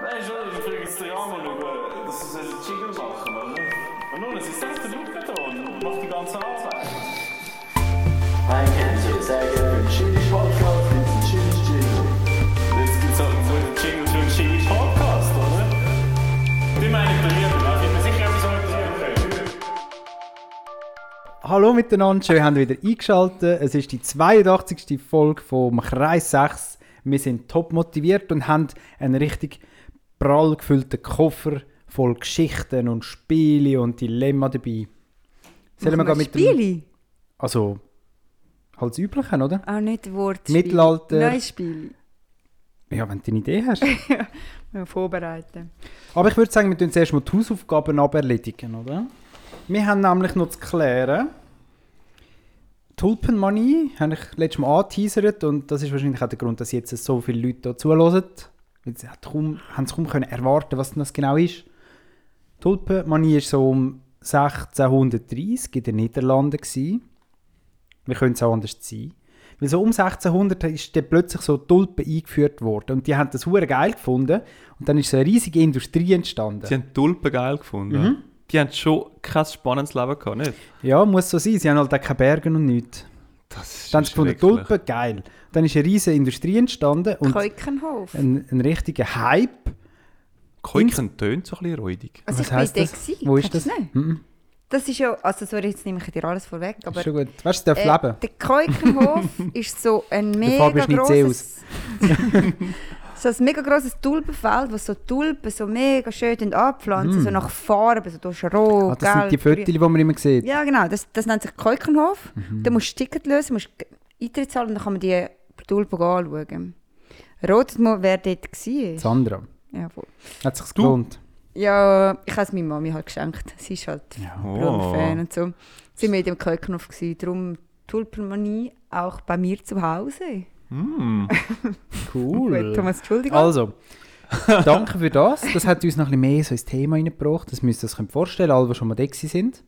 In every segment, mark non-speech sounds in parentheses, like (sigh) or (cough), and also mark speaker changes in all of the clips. Speaker 1: Nein, schon, ich bringe jetzt den Rahmen über. Das ist ein Jingle machen, oder? Und nun, es ist selbst der Luftbeton und macht die ganze Arbeit.
Speaker 2: I can't say it's that different. Shitty podcast, it's a shitty shitty.
Speaker 1: Jetzt gibt es halt so einen Jingle für einen Jingle Podcast, oder? Die meine ich bei mir, da wird mir sicher etwas anderes einfallen.
Speaker 3: Hallo miteinander, schön, habt ihr wieder eingeschaltet. Es ist die 82. Folge vom Kreis 6. Wir sind top motiviert und haben einen richtig prall gefüllten Koffer voll Geschichten und Spiele und Dilemma dabei. Sollen wir gehen
Speaker 4: Machen wir
Speaker 3: mit dem,
Speaker 4: Spiele?
Speaker 3: also halt das Übliche, oder?
Speaker 4: Auch nicht Wortspiele.
Speaker 3: Mittelalter.
Speaker 4: Nein, Spiele.
Speaker 3: Ja, wenn du eine Idee hast.
Speaker 4: Ja, vorbereiten.
Speaker 3: Aber ich würde sagen, wir tun zuerst mal die Hausaufgaben aberledigen, oder? Wir haben nämlich noch zu klären. Tulpenmanie habe ich letztes Mal angeteasert und das ist wahrscheinlich auch der Grund, dass jetzt so viele Leute hier zuhören. Weil sie hat kaum, haben es kaum können erwarten was denn das genau ist. Tulpenmanie war so um 1630 in den Niederlanden. Gewesen. Wir können es auch anders sein. Weil so um 1600 ist dann plötzlich so Tulpen eingeführt worden und die haben das hure geil gefunden und dann ist so eine riesige Industrie entstanden.
Speaker 5: Sie haben Tulpen geil gefunden.
Speaker 3: Mhm.
Speaker 5: Die haben schon kein spannendes Leben gehabt, nicht?
Speaker 3: Ja, muss so sein. Sie haben halt auch keine Berge und nichts.
Speaker 5: Das ist
Speaker 3: Dann haben sie gefunden, Tulpen, geil. Dann ist eine riesige Industrie entstanden und Äh,
Speaker 4: Keukenhof.
Speaker 3: ein, ein richtiger Hype.
Speaker 5: Keuken tönt so ein bisschen räudig.
Speaker 4: Also
Speaker 3: was
Speaker 4: ich bin
Speaker 3: heisst
Speaker 4: da
Speaker 3: das?
Speaker 4: gewesen.
Speaker 3: Wo ist
Speaker 4: Kennst du
Speaker 3: das?
Speaker 4: nicht? Das ist ja, also sorry, jetzt nehme ich dir alles vorweg, aber
Speaker 3: ist schon gut. Weißt du, es darf
Speaker 4: äh,
Speaker 3: leben.
Speaker 4: der
Speaker 3: (laughs)
Speaker 4: Keukenhof ist so ein mega
Speaker 3: Fabian schneidet sie
Speaker 4: grosses... (laughs) so ein mega grosses Tulpenfeld, wo so Tulpen so mega schön abpflanzen, so nach Farben, so du hast rot,
Speaker 3: Mm. Ah, das sind die
Speaker 4: gelb, grün.
Speaker 3: Fotos, die man immer sieht.
Speaker 4: Ja, genau. Das, das nennt sich Keukenhof. Da musst du Ticket lösen, musst Eintritt zahlen und dann kann man die Tulpen anschauen. Rotet mal, wer dort war.
Speaker 3: Sandra,
Speaker 4: Ja, voll.
Speaker 3: hat sich's gelohnt.
Speaker 4: ja, ich habe es meiner Mami halt geschenkt. Sie ist halt Blumenfan und so. Sie war in dem Keukenhof. gewesen. Darum Tulpenmanie auch bei mir zu Hause. Gut,
Speaker 3: Cool.
Speaker 4: Thomas, Entschuldigung.
Speaker 3: Also, danke für das. Das hat uns noch ein bisschen mehr so ins Thema reingebracht. Das müsst ihr euch vorstellen, alle, die schon mal da gewesen sind.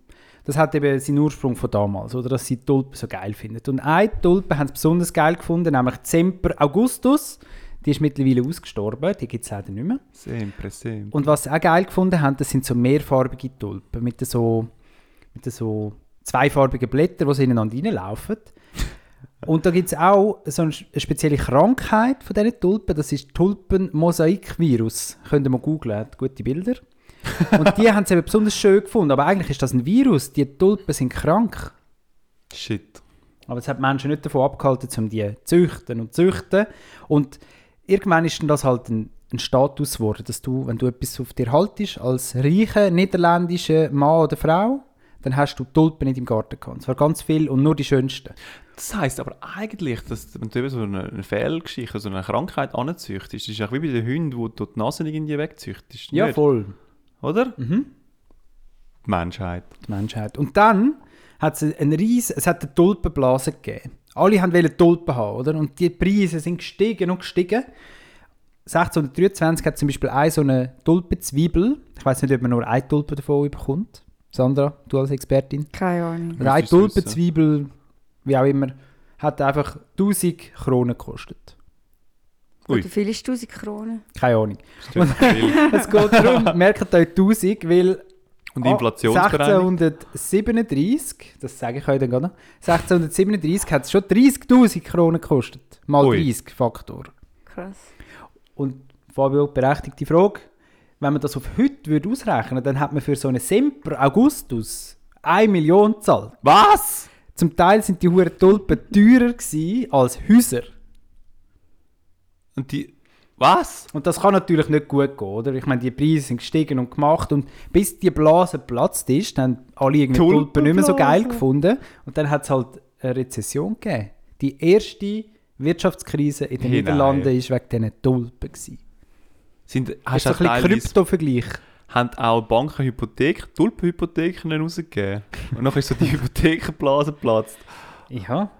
Speaker 3: Das hat eben seinen Ursprung von damals, oder? Dass sie die Tulpen so geil finden. Und eine Tulpe haben sie besonders geil gefunden, nämlich Zemper Augustus. Die ist mittlerweile ausgestorben, die gibt es leider nicht mehr.
Speaker 5: Sehr impressiv.
Speaker 3: Und was sie auch geil gefunden haben, das sind so mehrfarbige Tulpen mit so, mit so zweifarbigen Blättern, die so ineinander reinlaufen. Und da gibt es auch so eine sch- eine spezielle Krankheit von diesen Tulpen, das ist Tulpenmosaikvirus. Könnt ihr mal googlen, hat gute Bilder. Und die haben es eben besonders schön gefunden, aber eigentlich ist das ein Virus, die Tulpen sind krank.
Speaker 5: Shit.
Speaker 3: Aber es hat die Menschen nicht davon abgehalten, um die zu züchten und zu züchten. Und irgendwann ist dann das halt ein, ein Status geworden, dass du, wenn du etwas auf dir haltest, als reicher niederländischer Mann oder Frau, dann hast du Tulpen nicht im Garten gehabt. Und zwar ganz viel und nur die schönsten.
Speaker 5: Das heisst aber eigentlich, dass wenn du eben so eine, eine Fehlgeschichte, so eine Krankheit anzüchtest, ist es wie bei den Hunden, wo du die Nase irgendwie wegzüchtest.
Speaker 3: Ja,
Speaker 5: nicht?
Speaker 3: voll. Mhm.
Speaker 5: Oder? Die Menschheit.
Speaker 3: Die Menschheit. Und dann hat es einen riesen, es hat eine Tulpenblase gegeben. Alle haben wollen Tulpen haben, oder? Und die Preise sind gestiegen und gestiegen. 1623 hat zum Beispiel eine so eine Tulpenzwiebel. Ich weiß nicht, ob man nur eine Tulpe davon bekommt. Sandra, du als Expertin.
Speaker 4: Keine Ahnung.
Speaker 3: Oder eine
Speaker 5: Müsstest du wissen.
Speaker 3: Tulpenzwiebel, wie auch immer, hat einfach 1000 Kronen gekostet.
Speaker 5: Ui.
Speaker 4: Wie viel ist 1000 Kronen?
Speaker 3: Keine Ahnung.
Speaker 5: Das tönt viel.
Speaker 3: Es geht darum, merkt euch 1000, weil (laughs)
Speaker 5: Und
Speaker 3: Ah,
Speaker 5: Inflationsbereinigung.
Speaker 3: 1637, das sage ich euch dann gar nicht. 1637 hat es schon 30.000 Kronen gekostet. Mal
Speaker 5: Ui.
Speaker 3: 30 Faktor.
Speaker 4: Krass.
Speaker 3: Und Fabio, berechtigte Frage. Wenn man das auf heute würde ausrechnen dann hat man für so einen Semper Augustus 1 Million gezahlt.
Speaker 5: Was?
Speaker 3: Zum Teil sind die Huren Tulpen teurer gewesen als Häuser.
Speaker 5: Und die. Was?
Speaker 3: Und das kann natürlich nicht gut gehen, oder? Ich meine, die Preise sind gestiegen und gemacht und bis die Blase platzt ist, dann haben alle irgendwie Tulpen, Tulpen nicht mehr so geil gefunden und dann hat es halt eine Rezession gegeben. Die erste Wirtschaftskrise in den
Speaker 5: Hey,
Speaker 3: Niederlanden war
Speaker 5: nein.
Speaker 3: wegen diesen Tulpen. Gewesen.
Speaker 5: Sind,
Speaker 3: Hast
Speaker 5: hast
Speaker 3: du
Speaker 5: du halt
Speaker 3: ein bisschen
Speaker 5: teilweise
Speaker 3: Krypto-Vergleich?
Speaker 5: haben auch Banken Hypothek, Tulpenhypotheken rausgegeben. Und nachher ist so die (laughs) Hypothekenblase geplatzt.
Speaker 3: Ja.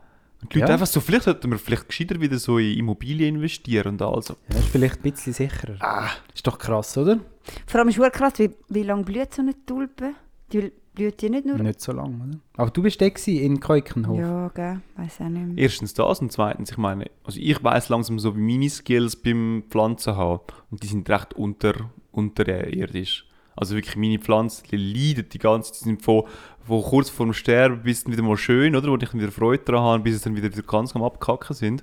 Speaker 5: Und die Leute
Speaker 3: Ja.
Speaker 5: einfach so, vielleicht sollten wir vielleicht gescheiter wieder so in Immobilien investieren und also.
Speaker 3: Das ist vielleicht ein bisschen sicherer.
Speaker 5: Ah.
Speaker 3: Ist doch krass, oder?
Speaker 4: Vor allem ist es krass, wie, wie lange blüht so eine Tulpe? Die blühen die nicht nur.
Speaker 3: Nicht so lange, oder? Aber du bist der gewesen in Keukenhof.
Speaker 4: Ja, gell, weiß auch nicht mehr.
Speaker 5: Erstens das und zweitens, ich meine, also ich weiß langsam so, wie meine Skills beim Pflanzen haben. Und die sind recht unter, unterirdisch. Also wirklich, meine Pflanzen die leiden die ganze Zeit. Die sind von, von kurz vorm Sterben bis dann wieder mal schön, oder? Wo ich dann wieder Freude daran habe, bis es dann wieder, wieder ganz am Abkacken sind.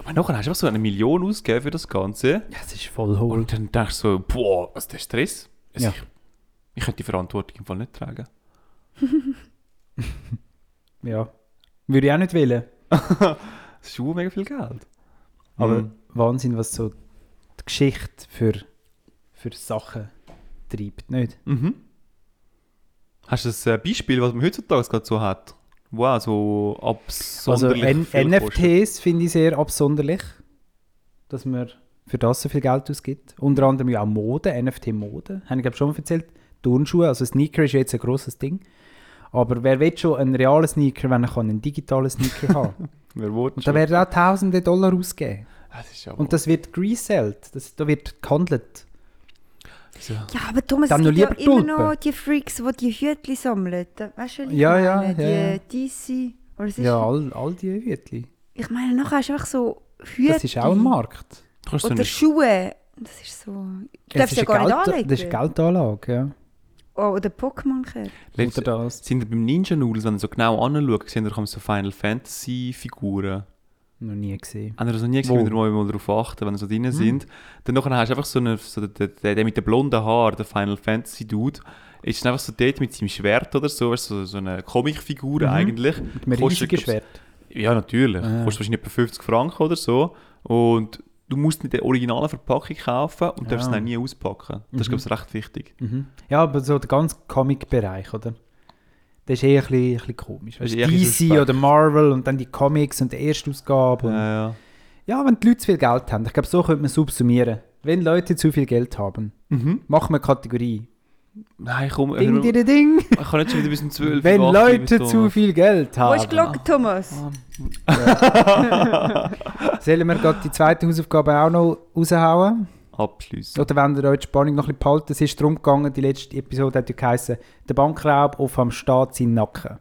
Speaker 5: Aber nachher hast du einfach so eine Million ausgegeben für das Ganze.
Speaker 3: Ja, es ist voll hohl.
Speaker 5: Und dann denkst du so, boah, was ist der Stress? Also
Speaker 3: Ja.
Speaker 5: ich, ich könnte die Verantwortung im Fall nicht tragen.
Speaker 3: Ja. Würde ich auch nicht wählen.
Speaker 5: Das ist schon mega viel Geld.
Speaker 3: Aber
Speaker 5: Mhm.
Speaker 3: Wahnsinn, was so die Geschichte für, für Sachen treibt, nicht?
Speaker 5: Mhm. Hast du ein äh, Beispiel, was man heutzutage gerade so hat? Wow, so
Speaker 3: Also
Speaker 5: absonderlich
Speaker 3: N
Speaker 5: viel kostet.
Speaker 3: NFTs finde ich sehr absonderlich, dass man für das so viel Geld ausgibt. Unter anderem ja auch Mode, NFT-Mode, habe ich glaube schon mal erzählt. Turnschuhe, also Sneaker ist ja jetzt ein grosses Ding. Aber wer will schon einen realen Sneaker, wenn er kann einen digitalen Sneaker
Speaker 5: (laughs)
Speaker 3: haben
Speaker 5: Wer will
Speaker 3: Und da
Speaker 5: schon?
Speaker 3: werden auch tausende Dollar ausgegeben.
Speaker 5: Ah, das ist aber...
Speaker 3: Und das wird resellt, das, da wird gehandelt.
Speaker 5: ja.
Speaker 4: Ja, aber Thomas,
Speaker 3: Dann
Speaker 4: es
Speaker 3: noch
Speaker 4: gibt ja
Speaker 3: lieber
Speaker 4: immer
Speaker 3: Tulpen.
Speaker 4: noch die Freaks, die die Hütchen sammeln. Da- Weißt du, was ich
Speaker 3: Ja,
Speaker 4: meine?
Speaker 3: ja,
Speaker 4: die
Speaker 3: ja, ja.
Speaker 4: DC. Oder es ist,
Speaker 3: Ja, all, all die Hütchen.
Speaker 4: Ich meine, nachher hast du einfach so Hütchen.
Speaker 3: Das ist auch ein Markt.
Speaker 5: Du kannst so
Speaker 4: Oder
Speaker 5: eine
Speaker 4: Schuhe. Das ist so. Du
Speaker 3: Es
Speaker 4: darfst
Speaker 3: ist
Speaker 4: ja gar
Speaker 3: eine
Speaker 4: nicht
Speaker 3: Geld-
Speaker 4: anlegen.
Speaker 3: Das ist eine Geldanlage, ja.
Speaker 4: oh, oder pokémon -Karte.
Speaker 5: Letzte,
Speaker 3: Oder das.
Speaker 5: sind ihr beim Ninja Noodles, wenn ihr so genau anschaut, seht ihr, da kommen so Final Fantasy Figuren.
Speaker 3: Noch nie gesehen.
Speaker 5: Habt ihr das noch nie gesehen,
Speaker 3: Wo? Hm.
Speaker 5: wenn ihr mal, mal darauf achten, wenn ihr so drin sind? Dann nachher hast du einfach so einen, so den, den, den mit den blonden Haaren, der Final Fantasy Dude, ist dann einfach so dort mit seinem Schwert oder so, weißt du, so, so eine Comicfigur
Speaker 3: Mhm.
Speaker 5: eigentlich.
Speaker 3: Mit einem
Speaker 5: Kostet,
Speaker 3: riesigen
Speaker 5: glaub's,
Speaker 3: Schwert.
Speaker 5: Ja, natürlich.
Speaker 3: Ah.
Speaker 5: Kostet wahrscheinlich etwa 50 Franken oder so. Und du musst nicht die originale Verpackung kaufen und darfst
Speaker 3: Ah.
Speaker 5: es dann nie auspacken. Das ist,
Speaker 3: Mhm.
Speaker 5: glaube ich, recht wichtig.
Speaker 3: Mhm. Ja, aber so der ganze Comic-Bereich, oder? Das ist eh ein bisschen, ein bisschen komisch.
Speaker 5: Das
Speaker 3: Weißt,
Speaker 5: ist
Speaker 3: du,
Speaker 5: eher ein bisschen
Speaker 3: DC
Speaker 5: suspekt.
Speaker 3: oder Marvel und dann die Comics und die Erstausgabe. Und
Speaker 5: Ja, ja.
Speaker 3: Ja, wenn die Leute zu viel Geld haben. Ich glaube, so könnte man subsumieren. Wenn Leute zu viel Geld haben,
Speaker 5: Mhm.
Speaker 3: machen wir eine Kategorie.
Speaker 5: Nein, komm,
Speaker 3: Ding,
Speaker 5: ich,
Speaker 3: ding, ding.
Speaker 5: (laughs) ich kann nicht schon wieder bis um 12 Uhr
Speaker 3: Wenn
Speaker 5: wach
Speaker 3: Leute
Speaker 5: bleiben,
Speaker 3: zu
Speaker 5: Thomas.
Speaker 3: viel Geld
Speaker 4: Wo ist die
Speaker 3: haben.
Speaker 4: Glocke,
Speaker 3: Ah,
Speaker 4: Thomas?
Speaker 3: Sollen wir gerade die zweite Hausaufgabe auch noch raushauen?
Speaker 5: Abschliessen.
Speaker 3: Oder wenn ihr euch die Spannung noch ein bisschen behalten, es ist darum gegangen, die letzte Episode hat ja geheißen, der Bankraub auf am Staat sein Nacken.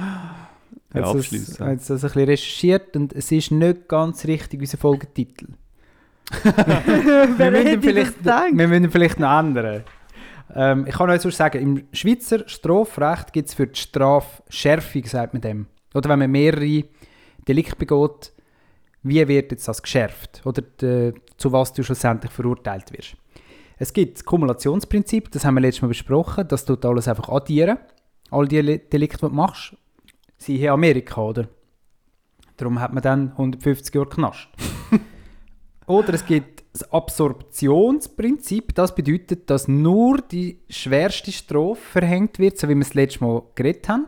Speaker 5: Ja,
Speaker 3: Jetzt das,
Speaker 5: abschliessen.
Speaker 3: jetzt das ein bisschen recherchiert und es ist nicht ganz richtig unser Folgetitel. wir,
Speaker 4: Wer
Speaker 3: müssen
Speaker 4: hätte
Speaker 3: ihn vielleicht,
Speaker 4: das gedacht?
Speaker 3: wir müssen ihn vielleicht noch ändern. Ähm, ich kann euch sonst sagen, im Schweizer Strafrecht gibt es für die Strafe Schärfung, sagt man dem. Oder wenn man mehrere Delikte begeht, wie wird jetzt das geschärft? Oder äh, zu was du schlussendlich verurteilt wirst. Es gibt das Kumulationsprinzip, das haben wir letztes Mal besprochen, das tut alles einfach addieren. All die Le- Delikte, die du machst, sind hier in Amerika, oder? Darum hat man dann 150 Jahre Knast. Oder es gibt das Absorptionsprinzip. Das bedeutet, dass nur die schwerste Strophe verhängt wird, so wie wir es letztes Mal geredet haben.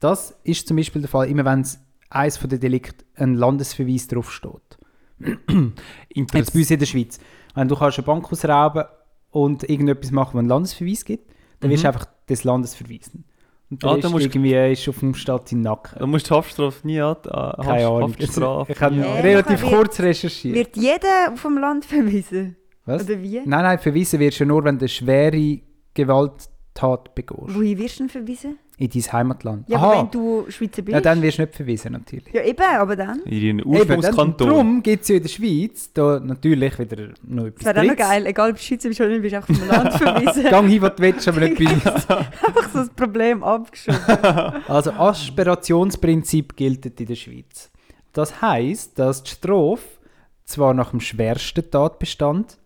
Speaker 3: Das ist zum Beispiel der Fall, immer wenn es eines der Delikte ein Landesverweis draufsteht. Jetzt bei uns in der Schweiz. Wenn du kannst eine Bank ausrauben und irgendetwas machen, wo einen Landesverweis gibt, dann wirst du einfach des Landes verweisen. Und der
Speaker 5: Mhm.
Speaker 3: ah,
Speaker 5: Ah, dann
Speaker 3: ist
Speaker 5: musst du-
Speaker 3: irgendwie ist auf dem Stadt im Nacken.
Speaker 5: Du musst die Haftstrafe nie an. äh,
Speaker 3: Keine
Speaker 5: Haft-
Speaker 3: Ahnung.
Speaker 5: Haftstrafe.
Speaker 3: Ich habe
Speaker 5: nie an-
Speaker 3: relativ
Speaker 4: Ja.
Speaker 3: kurz recherchiert.
Speaker 4: Wird jeder auf dem Land verwiesen?
Speaker 3: Was?
Speaker 4: Oder wie?
Speaker 3: Nein, nein, verwiesen wirst du ja nur, wenn du eine schwere Gewalttat begehst.
Speaker 4: Wohin wirst du denn verwiesen?
Speaker 3: In dein Heimatland.
Speaker 4: Ja, aber
Speaker 3: Aha,
Speaker 4: wenn du Schweizer bist.
Speaker 3: ja, dann wirst du nicht verwiesen, natürlich.
Speaker 4: Ja, eben, aber dann.
Speaker 5: In deinen
Speaker 3: Eben, dann,
Speaker 5: Ursprungskanton.
Speaker 3: darum gibt es ja in der Schweiz da natürlich wieder noch etwas
Speaker 4: Das wäre auch noch
Speaker 3: Drittes.
Speaker 4: geil. Egal, ob du Schweizer bist oder nicht, bist du einfach
Speaker 3: (laughs)
Speaker 4: vom Land verwiesen.
Speaker 3: Gang hin, was du willst, aber
Speaker 4: (laughs)
Speaker 3: nicht bei uns.
Speaker 4: einfach so das Problem abgeschoben.
Speaker 3: (laughs) Also, Aspirationsprinzip gilt in der Schweiz. Das heisst, dass die Strafe zwar nach dem schwersten Tatbestand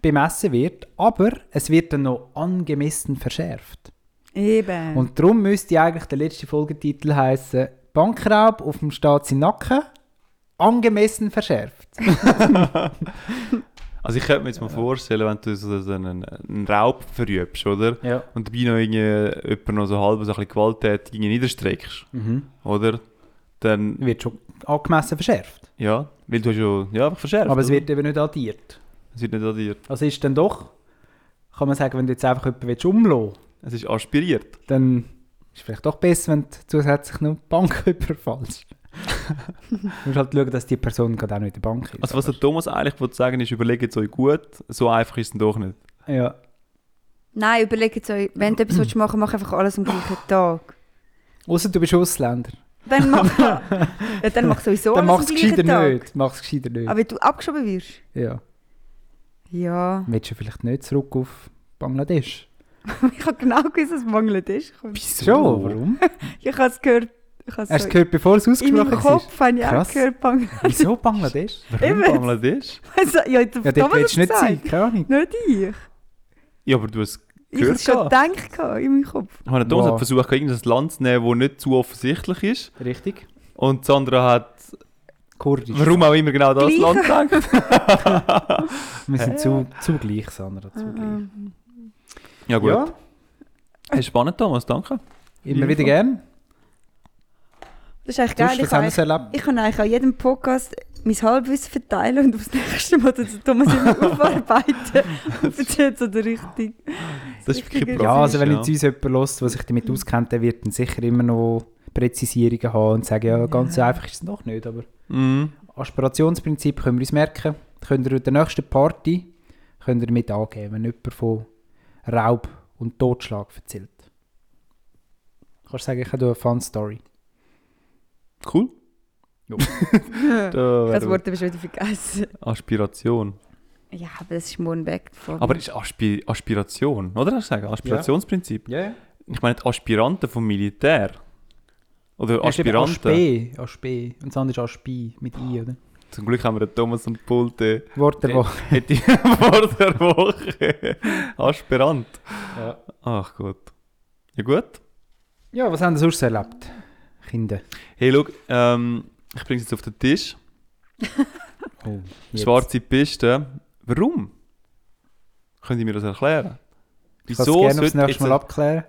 Speaker 3: bemessen wird, aber es wird dann noch angemessen verschärft.
Speaker 4: Eben.
Speaker 3: Und darum müsste eigentlich der letzte Folgetitel heißen Bankraub auf dem Staat sein Nacken angemessen verschärft.
Speaker 5: Also ich könnte mir jetzt mal vorstellen, wenn du so so einen, einen Raub verübst, oder?
Speaker 3: Ja.
Speaker 5: Und dabei noch irgendwie jemanden noch so halb so ein bisschen gewalttätig gegen ihn niederstreckst,
Speaker 3: Mhm.
Speaker 5: oder? Dann,
Speaker 3: Wird schon angemessen verschärft.
Speaker 5: ja, weil du hast ja, ja einfach verschärft.
Speaker 3: Aber es
Speaker 5: oder?
Speaker 3: wird eben nicht addiert.
Speaker 5: es wird nicht addiert.
Speaker 3: Also ist dann doch, kann man sagen, wenn du jetzt einfach jemanden willst umlassen
Speaker 5: Es ist aspiriert.
Speaker 3: willst, dann ist vielleicht doch besser, wenn du zusätzlich noch die Bank (laughs) überfallst. du musst halt schauen, dass die Person gerade auch nicht in der Bank ist.
Speaker 5: Also was der Thomas eigentlich wollte sagen ist, überlegt es euch gut, so einfach ist es dann doch nicht.
Speaker 3: ja.
Speaker 4: Nein, überlegt euch, wenn du etwas willst machen mach einfach alles am gleichen Tag.
Speaker 3: Außer du bist Ausländer.
Speaker 4: Dann mach, ja, dann mach sowieso
Speaker 3: Dann
Speaker 4: alles
Speaker 3: mach's
Speaker 4: am gleichen
Speaker 3: gescheiter
Speaker 4: Tag.
Speaker 3: nicht. Mach's gescheiter nicht.
Speaker 4: Aber wenn du abgeschoben wirst,
Speaker 3: ja.
Speaker 4: ja. (laughs)
Speaker 3: Willst du vielleicht nicht zurück auf Bangladesch?
Speaker 4: Ich habe genau gewusst, dass Bangladesch kommt.
Speaker 5: Wieso?
Speaker 3: Schon, warum?
Speaker 4: Ich habe es gehört. Ich habe
Speaker 3: Hast du gehört, bevor es
Speaker 4: Also, in meinem
Speaker 3: ausgesprochen ist?
Speaker 4: Kopf habe ich
Speaker 3: Krass.
Speaker 4: auch gehört (laughs) Bangladesch.
Speaker 3: Wieso Bangladesch?
Speaker 5: Warum
Speaker 4: Eben.
Speaker 5: Bangladesch?
Speaker 4: Ja, der
Speaker 3: Ja, dort
Speaker 4: Thomas
Speaker 3: willst du nicht
Speaker 4: hat's
Speaker 3: sein,
Speaker 4: gesagt.
Speaker 3: keine Ahnung.
Speaker 4: Nicht ich.
Speaker 5: Ja, aber du hast
Speaker 4: Ich habe
Speaker 5: gehört.
Speaker 4: es schon
Speaker 5: gehabt.
Speaker 4: gedacht gehabt in meinem Kopf.
Speaker 5: Hannah Thomas
Speaker 3: Wow.
Speaker 5: hat versucht, irgendein Land zu nehmen, das nicht zu offensichtlich ist.
Speaker 3: Richtig.
Speaker 5: Und Sandra hat,
Speaker 3: Kurdisch.
Speaker 5: warum auch immer, genau das
Speaker 4: Gleich.
Speaker 5: Land gedacht.
Speaker 3: Wir
Speaker 4: Äh.
Speaker 3: sind zu, zu gleich, Sandra,
Speaker 4: Ah.
Speaker 3: zu gleich.
Speaker 5: Ja, gut.
Speaker 3: Ja,
Speaker 5: Hey, spannend, Thomas, danke.
Speaker 3: immer wieder gern.
Speaker 4: Das ist eigentlich
Speaker 3: Du
Speaker 4: geil.
Speaker 3: hast
Speaker 4: Ich
Speaker 3: das
Speaker 4: kann
Speaker 3: haben
Speaker 4: eigentlich,
Speaker 3: wir erlebt.
Speaker 4: ich kann eigentlich an jedem Podcast mein Halbwissen verteilen und aufs nächste Mal zu Thomas
Speaker 5: (laughs)
Speaker 4: immer aufarbeiten und erzählt so der richtige.
Speaker 5: Das ist wirklich
Speaker 4: Ja,
Speaker 5: praktisch,
Speaker 3: Ja, also wenn
Speaker 5: ja.
Speaker 3: jetzt uns jemand hört, der sich damit auskennt, der wird dann sicher immer noch Präzisierungen haben und sagen, ja, ganz so einfach ist es noch nicht, aber
Speaker 5: Mhm.
Speaker 3: Aspirationsprinzip können wir uns merken. Könnt ihr an der nächsten Party könnt ihr mit angeben, wenn jemand von Raub und Totschlag erzählt. Kannst du sagen, ich habe eine Fun Story.
Speaker 5: Cool.
Speaker 4: Das
Speaker 5: (laughs) Da wäre
Speaker 4: Wort habe ich schon wieder vergessen.
Speaker 5: Aspiration.
Speaker 4: Ja, aber das ist morgen weg. von-
Speaker 5: Aber ist Aspi Aspiration, oder? Hast du gesagt? Aspirationsprinzip.
Speaker 3: Ja, yeah.
Speaker 5: Ich meine, die Aspiranten vom Militär. Oder Aspiranten.
Speaker 3: Aspiranten. Asch B. Und das andere ist Asch B mit I, oder?
Speaker 5: Zum Glück haben wir den Thomas am Pult. äh,
Speaker 3: Wort der Woche.
Speaker 5: (laughs) Hätte ich vor der Woche. Aspirant.
Speaker 3: Ja.
Speaker 5: Ach gut. Ja gut.
Speaker 3: ja, was haben ihr sonst so erlebt? Kinder.
Speaker 5: Hey, schau, ähm, ich bringe es jetzt auf den Tisch.
Speaker 3: Oh,
Speaker 5: Schwarze Piste. Warum? Könnt ihr mir das erklären?
Speaker 3: Ich kann es gerne aufs nächste Mal
Speaker 5: jetzt-
Speaker 3: abklären.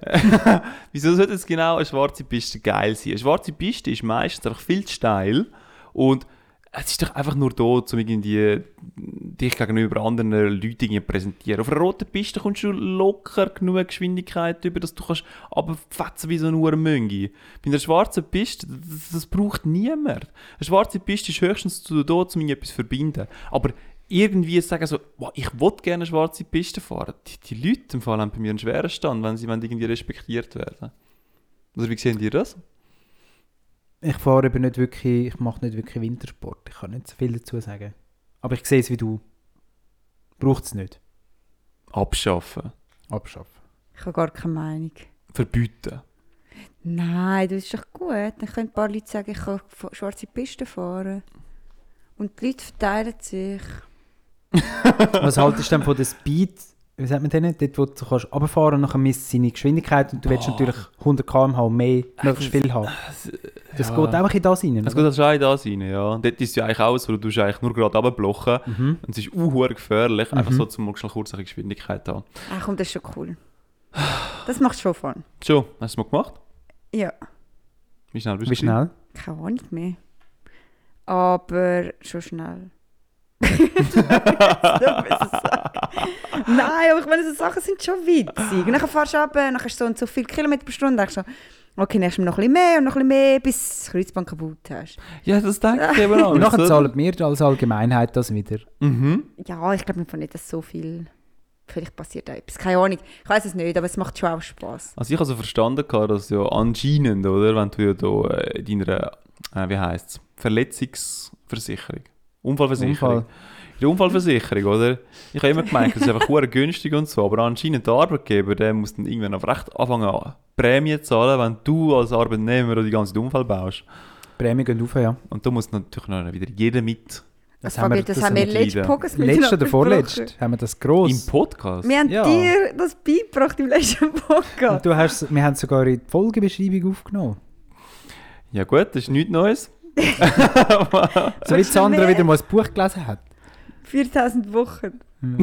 Speaker 5: Wieso sollte es genau eine schwarze Piste geil sein? Eine schwarze Piste ist meistens einfach viel zu steil und es ist doch einfach nur da, um irgendwie dich gegenüber anderen Leuten irgendwie präsentieren. Auf einer roten Piste kommst du locker genug Geschwindigkeit über, dass du kannst runterfetzen wie so ein Uhrenmüngi. Bei einer schwarzen Piste, das, das braucht niemand. Eine schwarze Piste ist höchstens dazu da, um irgendwie etwas zu verbinden. Aber irgendwie sagen so, «Wow, ich will gerne eine schwarze Piste fahren. Die, die Leute im Fall haben bei mir einen schweren Stand, wenn sie wenn die irgendwie respektiert werden. Also wie sehen ihr das?
Speaker 3: Ich fahre eben nicht wirklich, ich mache nicht wirklich Wintersport. Ich kann nicht so viel dazu sagen. Aber ich sehe es wie du. Braucht es nicht.
Speaker 5: Abschaffen.
Speaker 3: Abschaffen.
Speaker 4: Ich habe gar keine Meinung.
Speaker 3: Mhm.
Speaker 5: Verbieten.
Speaker 4: Nein, das ist doch gut. Dann können ein paar Leute sagen, ich kann f- schwarze Pisten fahren. Und die Leute verteilen sich.
Speaker 3: Was haltest du denn von der Speed? Wie sagt man denn? Dort, wo du kannst runterfahren und dann misst seine Geschwindigkeit und du willst natürlich 100 km/h und mehr, möglichst viel haben. Das
Speaker 5: äh, ja.
Speaker 3: geht einfach in das rein.
Speaker 5: Es
Speaker 3: oder?
Speaker 5: geht also auch in das rein, ja. Dort ist es ja eigentlich auch so, du tust eigentlich nur gerade runterblochen
Speaker 3: Mhm.
Speaker 5: und es ist unhuhr gefährlich, einfach
Speaker 3: Mhm.
Speaker 5: so, zum mal schnell kurz eine Geschwindigkeit haben.
Speaker 4: Ach komm, das ist schon cool. Das macht schon Fun.
Speaker 5: So, hast du es mal gemacht?
Speaker 4: Ja,
Speaker 5: Wie schnell bist du?
Speaker 3: Wie schnell?
Speaker 4: keine Ahnung mehr. Aber schon schnell. Nein, aber ich meine, so Sachen sind schon witzig. Und dann fährst du ab, dann hast du so und so viele Kilometer pro Stunde. Denkst du, okay, nächstes Mal noch ein bisschen mehr und noch ein bisschen mehr, bis du das Kreuzband kaputt hast.
Speaker 5: Ja, das denke ich
Speaker 3: (laughs)
Speaker 5: eben auch.
Speaker 3: Und nachher
Speaker 5: so.
Speaker 3: zahlen wir als Allgemeinheit das wieder.
Speaker 5: Mhm.
Speaker 4: Ja, ich glaube einfach nicht, dass so viel. Vielleicht passiert da etwas. Keine Ahnung. Ich weiß es nicht, aber es macht schon auch Spaß.
Speaker 5: Also ich habe so verstanden, gehabt, dass ja anscheinend, oder, wenn du ja da äh, in deiner, äh, wie heisst es, Verletzungsversicherung, Unfallversicherung,
Speaker 3: Unfall.
Speaker 5: in der Unfallversicherung, oder? Ich habe immer gemerkt, das ist einfach hure günstig und so, aber anscheinend der Arbeitgeber, der muss dann irgendwann auf recht anfangen, an Prämie zu zahlen, wenn du als Arbeitnehmer die ganze Zeit Unfall baust.
Speaker 3: Die Prämie gehen auf, ja.
Speaker 5: Und da muss natürlich noch wieder jeder mit
Speaker 4: Das, haben wir, das haben wir
Speaker 5: haben wir
Speaker 4: letzten
Speaker 5: leider.
Speaker 4: Podcast
Speaker 3: Letztes
Speaker 4: miteinander
Speaker 3: oder vorletzt haben wir das gross.
Speaker 5: im Podcast.
Speaker 4: Wir haben
Speaker 3: Ja.
Speaker 4: dir das beigebracht im letzten
Speaker 3: Und
Speaker 4: Podcast.
Speaker 3: du hast, wir haben es sogar in die Folgebeschreibung aufgenommen.
Speaker 5: Ja gut, das ist
Speaker 3: (laughs)
Speaker 5: nichts Neues. (laughs)
Speaker 3: So wie
Speaker 4: Willst du
Speaker 3: Sandra
Speaker 4: mehr?
Speaker 3: wieder mal ein Buch gelesen hat.
Speaker 4: 4000 Wochen. (laughs)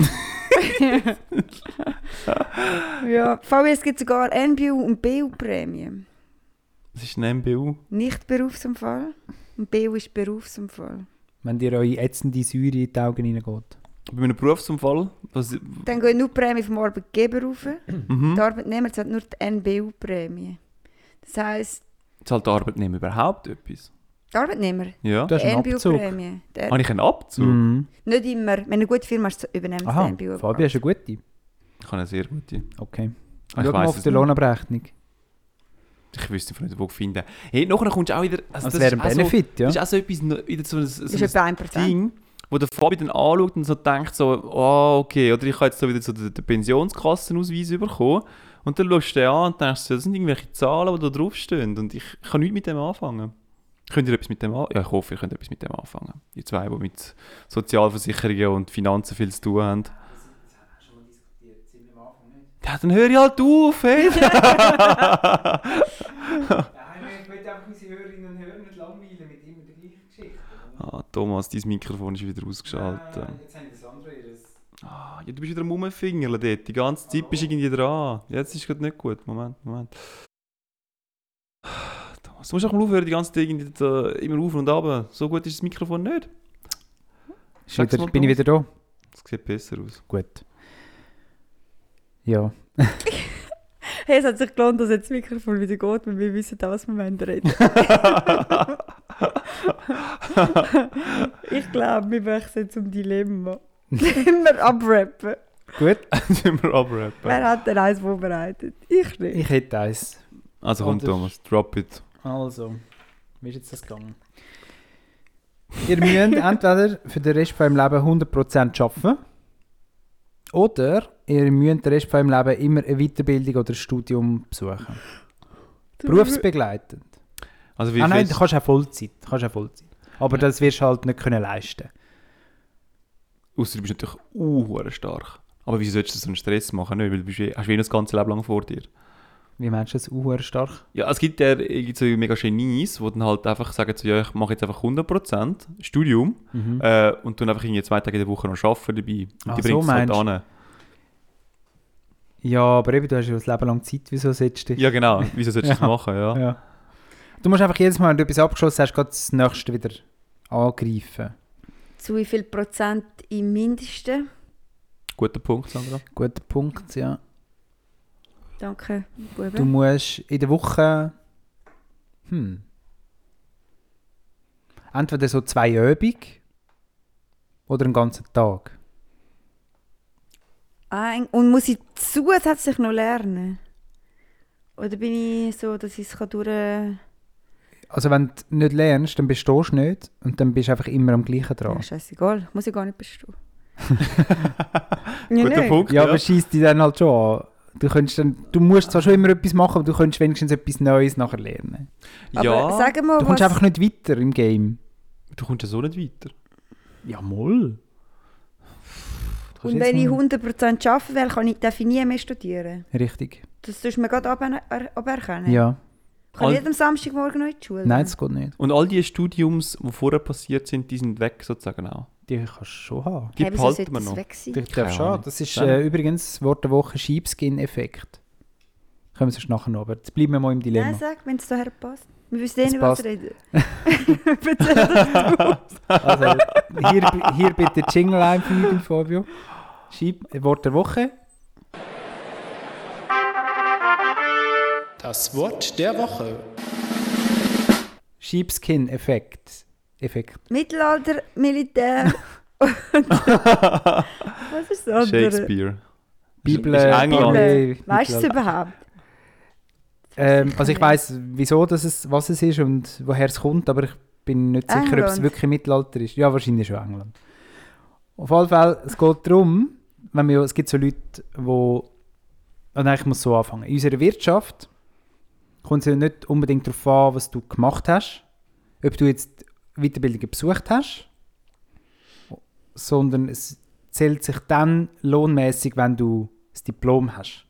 Speaker 4: ja, VWS gibt sogar NBU und BU-Prämien.
Speaker 5: Das ist ein MBU.
Speaker 4: Nicht Berufsunfall. Und BU ist Berufsunfall.
Speaker 3: Wenn dir eure ätzende Säure in die Augen reingeht.
Speaker 5: Bei einem Berufsunfall, was,
Speaker 3: Mhm.
Speaker 4: Dann gehen nur die Prämien vom Arbeitgeber rauf.
Speaker 5: mhm.
Speaker 4: Der Arbeitnehmer zahlt nur die NBU-Prämie. Das heisst,
Speaker 5: zahlt der Arbeitnehmer überhaupt etwas?
Speaker 4: der Arbeitnehmer,
Speaker 5: Ja.
Speaker 3: Das
Speaker 4: die
Speaker 3: ist ein Abzug.
Speaker 4: NBU-Prämie. der-
Speaker 5: Habe ich einen Abzug?
Speaker 3: Mhm.
Speaker 4: Nicht immer. Wenn du eine gute Firma hast, übernimmst du die
Speaker 3: Aha,
Speaker 4: NBU.
Speaker 3: Fabi ist eine gute.
Speaker 5: Ich habe eine sehr gute.
Speaker 3: Okay.
Speaker 5: Ich
Speaker 3: Schau mal
Speaker 5: weiss
Speaker 3: auf
Speaker 5: es
Speaker 3: die
Speaker 5: nicht.
Speaker 3: Lohnabrechnung.
Speaker 5: Also Ich wüsste nicht, wo ich finden. Hey, nachher kommst du auch wieder... Also
Speaker 3: Das, wäre ein
Speaker 5: ist auch so-
Speaker 3: Benefit, ja.
Speaker 5: Das ist auch so etwas, no- wieder so ein, so
Speaker 4: Das ist
Speaker 5: ein
Speaker 4: etwa 1%.
Speaker 5: Ding, wo der Fabi dann anschaut und so denkt so, ah okay, oder ich habe jetzt so wieder so den, den Pensionskassenausweis bekommen und dann schaust du den an und denkst so, das sind irgendwelche Zahlen, die da draufstehen und ich kann nichts mit dem anfangen. Könnt ihr etwas mit dem anfangen? Ja, ich hoffe, ihr könnt etwas mit dem anfangen. Ihr zwei, die mit Sozialversicherungen und Finanzen viel zu tun haben. Ja, dann höre ich halt auf, hey!
Speaker 3: Ich möchte einfach unsere Hörerinnen und Hörer nicht langweilen mit immer der gleichen Geschichte.
Speaker 5: ah, Thomas, dein Mikrofon ist wieder ausgeschaltet.
Speaker 3: Äh, Jetzt haben wir das andere ihres.
Speaker 5: Ah, ja, du bist wieder am Rumfingerl dort. Die ganze Zeit bist du irgendwie dran. Jetzt ist es gerade nicht gut. Moment, Moment. Thomas, du musst auch mal aufhören, die ganze Zeit irgendwie da, immer auf und ab. So gut ist das Mikrofon nicht. Sag's mal,
Speaker 3: Bin ich
Speaker 5: Thomas.
Speaker 3: wieder da?
Speaker 5: Das sieht besser aus. (laughs)
Speaker 3: Gut. Ja.
Speaker 4: Hey, es hat sich gelohnt, dass jetzt das Mikrofon wieder geht, weil wir wissen, was wir wollen reden. ich glaube, wir wechseln zum Dilemma. Immer
Speaker 3: (laughs)
Speaker 4: abrappen.
Speaker 3: Gut.
Speaker 5: Sind wir abrappen.
Speaker 4: Wer hat denn eins vorbereitet? Ich nicht.
Speaker 3: Ich hätte eins.
Speaker 5: Also komm,
Speaker 3: Oder-
Speaker 5: Thomas, drop it.
Speaker 3: Also, wie ist jetzt das gegangen? Ihr müsst entweder für den Rest von eurem Leben 100% arbeiten oder ihr müsst den Rest von eurem Leben immer eine Weiterbildung oder ein Studium besuchen. Berufsbegleitend.
Speaker 5: Also wie
Speaker 3: Ah nein,
Speaker 5: viel-
Speaker 3: du kannst auch Vollzeit. du Kannst auch Vollzeit. Aber das wirst du halt nicht können leisten
Speaker 5: Ausser du bist natürlich unhuere stark. Aber wieso solltest du so einen Stress machen? Nicht, weil du bist, eh- hast eh noch das ganze Leben lang vor dir.
Speaker 3: Wie meinst du das? Uh, stark?
Speaker 5: Ja, es gibt ja irgendwie so mega Genies, die dann halt einfach sagen, so, ja, ich mache jetzt einfach 100% Studium äh, und dann einfach irgendwie zwei Tage in der Woche noch arbeiten dabei. Und
Speaker 3: Ah, Mhm. so
Speaker 5: die bringt es
Speaker 3: meinst
Speaker 5: halt
Speaker 3: du.
Speaker 5: an.
Speaker 3: Ja, aber eben, du hast ja das Leben lang Zeit. Wieso setzt du dich?
Speaker 5: Ja, genau. Wieso sollst du das
Speaker 3: Ja.
Speaker 5: machen? Ja.
Speaker 3: Ja. Du musst einfach jedes Mal, wenn du etwas abgeschlossen hast, gerade das nächste wieder angreifen.
Speaker 4: Zu wie viel Prozent im Mindesten?
Speaker 5: Guter Punkt, Sandra.
Speaker 3: Guter Punkt, ja.
Speaker 4: Danke, Bube.
Speaker 3: Du musst in der Woche. Hm. Entweder so zwei Übungen oder einen ganzen Tag.
Speaker 4: Ah, eng- und muss ich zusätzlich noch lernen? Oder bin ich so, dass ich es durch... Ja,
Speaker 3: Also, wenn du nicht lernst, dann bestehst du nicht und dann bist du einfach immer am gleichen dran.
Speaker 4: scheißegal, muss ich gar
Speaker 3: (laughs)
Speaker 4: nicht bestehen.
Speaker 5: Guter Punkt.
Speaker 3: Ja,
Speaker 5: Ja,
Speaker 3: aber schießt dich dann halt schon an. Du, könntest dann, du musst zwar schon immer etwas machen, aber du könntest wenigstens etwas Neues nachher lernen.
Speaker 5: ja,
Speaker 4: Aber sag mal,
Speaker 3: Du kommst
Speaker 4: was...
Speaker 3: einfach nicht weiter im Game.
Speaker 5: du kommst ja so nicht weiter.
Speaker 3: Ja, moll.
Speaker 4: und wenn ich 100% arbeiten will, kann ich, darf ich nie mehr studieren.
Speaker 3: Richtig.
Speaker 4: Das tust du mir gerade aber- er- aberkennen.
Speaker 3: Ja.
Speaker 4: Kann
Speaker 5: Al-
Speaker 4: ich jeden Samstagmorgen noch in die Schule?
Speaker 3: Nein, das geht nicht.
Speaker 5: Und all die Studiums, die vorher passiert sind, die sind weg sozusagen auch.
Speaker 3: Die kannst du schon haben.
Speaker 5: Die
Speaker 4: hey, wieso sollte
Speaker 5: behalten wir
Speaker 4: das
Speaker 5: Halt noch.
Speaker 4: weg sein?
Speaker 3: Ich darf
Speaker 5: Keine
Speaker 3: schon.
Speaker 5: Ahnung.
Speaker 3: Das ist
Speaker 5: Dann.
Speaker 3: äh, übrigens das Wort der Woche Sheepskin-Effekt. Können wir sonst nachher noch, aber jetzt bleiben wir mal im Dilemma.
Speaker 4: Nein, sag, wenn es daher passt. Wir wissen eh
Speaker 3: Es
Speaker 4: nicht, was
Speaker 3: passt.
Speaker 4: reden. (laughs) Erzähl doch.
Speaker 3: Also, hier, hier bitte Jingle einfügen, Fabio. Sheep äh, Wort der Woche.
Speaker 6: Das Wort der Woche.
Speaker 3: Sheepskin-Effekt. Effekt.
Speaker 4: Mittelalter,
Speaker 5: (laughs)
Speaker 4: Militär. Und- was ist das andere?
Speaker 5: Shakespeare.
Speaker 3: Bibel.
Speaker 5: Ist England.
Speaker 3: Bibel,
Speaker 4: Weißt du es
Speaker 3: Bibel.
Speaker 4: überhaupt?
Speaker 3: ähm, Also ich weiß, wieso das es, was es ist und woher es kommt, aber ich bin nicht sicher, ob es
Speaker 4: England.
Speaker 3: wirklich Mittelalter ist. Ja, wahrscheinlich schon England. Auf jeden Fall, es geht darum, wenn wir, es gibt so Leute, wo und nein, ich muss so anfangen. In unserer Wirtschaft kommt es ja nicht unbedingt darauf an, was du gemacht hast, ob du jetzt Weiterbildungen besucht hast, sondern es zählt sich dann lohnmäßig, wenn du das Diplom hast.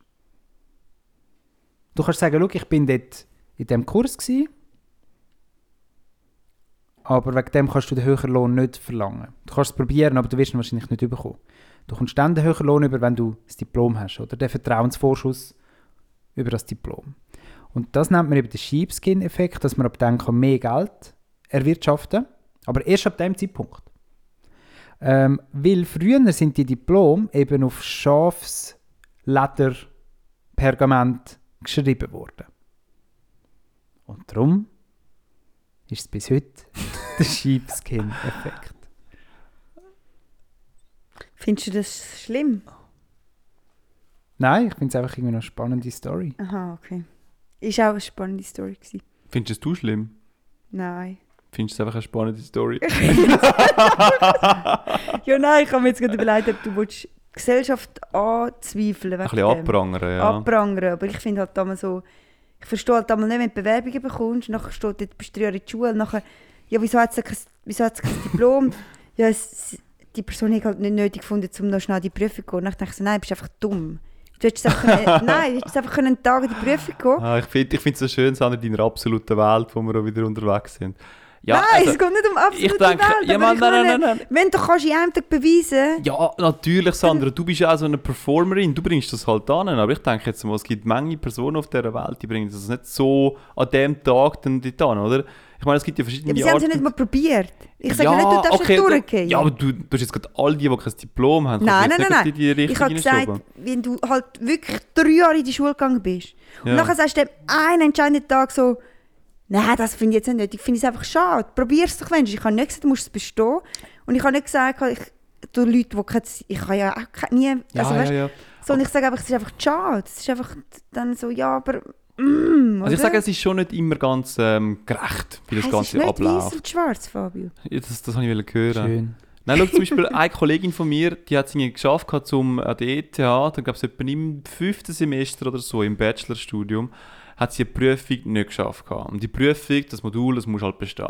Speaker 3: Du kannst sagen, schau, ich bin dort in diesem Kurs gsi, aber wegen dem kannst du den höheren Lohn nicht verlangen. Du kannst es probieren, aber du wirst ihn wahrscheinlich nicht bekommen. Du kommst dann den höheren Lohn über, wenn du das Diplom hast oder den Vertrauensvorschuss über das Diplom. Und das nennt man eben den Sheepskin-Effekt, dass man ab dann kann mehr Geld erwirtschaften aber erst ab dem Zeitpunkt. Ähm, weil früher sind die Diplom eben auf Schafsleder Pergament geschrieben worden. Und darum ist es bis heute der Sheepskin-Effekt.
Speaker 4: Findest du das schlimm?
Speaker 3: Nein, ich finde es einfach irgendwie eine spannende Story.
Speaker 4: Aha, okay. Ist auch eine spannende Story gewesen.
Speaker 5: Findest du es schlimm? (laughs)
Speaker 4: Nein. (laughs)
Speaker 5: Findest du es einfach eine spannende Story?
Speaker 4: Ja, nein, ich habe mir jetzt gerade überlegt, ob du willst, Gesellschaft anzweifeln
Speaker 5: Ein
Speaker 4: willst.
Speaker 5: bisschen abprangern, ja.
Speaker 4: Abprangern, aber ich finde halt damals so, ich verstehe halt damals nicht, wenn du Bewerbungen bekommst, nachher steht dort, bist du drei Jahre in der Schule, nachher, ja, wieso hat sie kein, wieso hat sie kein
Speaker 5: (laughs)
Speaker 4: Diplom? ja, es, die Person hat halt nicht nötig gefunden, um noch schnell in die Prüfung zu gehen. Und dann dachte ich so, nein, du bist einfach dumm. Du hättest einfach,
Speaker 5: (laughs)
Speaker 4: können, nein, du hättest einfach können einen Tag in die Prüfung gehen.
Speaker 5: Ah, ich finde es so schön, Sander, in einer absoluten Welt, wo wir auch wieder unterwegs sind. Ja,
Speaker 4: nein,
Speaker 5: also-
Speaker 4: es geht nicht um absolute
Speaker 5: ich denke-
Speaker 4: Welt,
Speaker 5: ja,
Speaker 4: aber
Speaker 5: Mann,
Speaker 4: ich
Speaker 5: nein,
Speaker 4: meine,
Speaker 5: nein, nein, nein.
Speaker 4: wenn du kannst in einem Tag beweisen
Speaker 5: Ja, natürlich, Sandra. Du bist ja auch so eine Performerin. Du bringst das halt an. Aber ich denke jetzt mal, es gibt Menge Personen auf dieser Welt, die bringen das nicht so an dem Tag dann dort an, oder? Ich meine, es gibt ja verschiedene
Speaker 4: Ja, aber sie haben es ja nicht mal probiert. Ich sage ja, nicht, du darfst
Speaker 5: okay,
Speaker 4: nicht durchgehen.
Speaker 5: Ja, aber du, du hast jetzt gerade all die, die kein Diplom haben.
Speaker 4: nein,
Speaker 5: kannst
Speaker 4: nein,
Speaker 5: du jetzt
Speaker 4: nein,
Speaker 5: nicht in die
Speaker 4: nein. Ich
Speaker 5: Richtung
Speaker 4: habe gesagt,
Speaker 5: hineinschoben.
Speaker 4: wenn du halt wirklich drei Jahre in die Schule gegangen bist und
Speaker 5: Ja.
Speaker 4: nachher sagst du dem einen entscheidenden Tag so, nein, das finde ich jetzt nicht nötig, finde ich es einfach schade, probier es doch wenigstens. Ich habe nicht gesagt, du musst es bestehen und ich habe nicht gesagt, ich, die Leute, die kein, ich habe ja auch keine, nie,
Speaker 5: Ja,
Speaker 4: also,
Speaker 5: ja,
Speaker 4: weißt,
Speaker 5: ja.
Speaker 4: sondern ich sage einfach, es ist einfach schade, es ist einfach dann so, ja, aber mm,
Speaker 5: Also ich
Speaker 4: oder?
Speaker 5: sage, es ist schon nicht immer ganz ähm, gerecht, wie
Speaker 4: Es
Speaker 5: das
Speaker 4: ist
Speaker 5: Ganze
Speaker 4: nicht weiss
Speaker 5: abläuft.
Speaker 4: und schwarz, Fabio.
Speaker 5: Ja, Das, das habe ich wollen hören.
Speaker 3: Schön.
Speaker 5: Nein, schau, zum Beispiel eine Kollegin von mir, die hat es irgendwie geschafft, gehabt, zum an der ETH, da gab es etwa im fünften Semester oder so, im Bachelorstudium, hat sie eine Prüfung nicht geschafft. Gehabt. Und die Prüfung, das Modul, das musst du halt bestehen.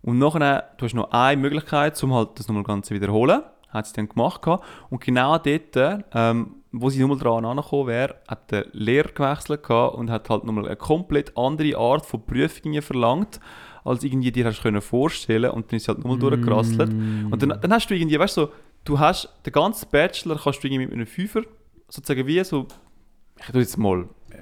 Speaker 5: Und nachher, du hast noch eine Möglichkeit, um halt das nochmal ganz zu wiederholen. Hat sie dann gemacht. Gehabt. Und genau dort, ähm, wo sie nochmal dran angekommen wäre, hat der Lehrer gewechselt gehabt und hat halt nochmal eine komplett andere Art von Prüfungen verlangt, als irgendwie dir hast können vorstellen und dann ist sie halt nochmal durchgerasselt. Und dann, dann hast du irgendwie, weißt du, so, du hast den ganzen Bachelor kannst du irgendwie mit einem Fünfer sozusagen wie so, ich tu jetzt mal äh,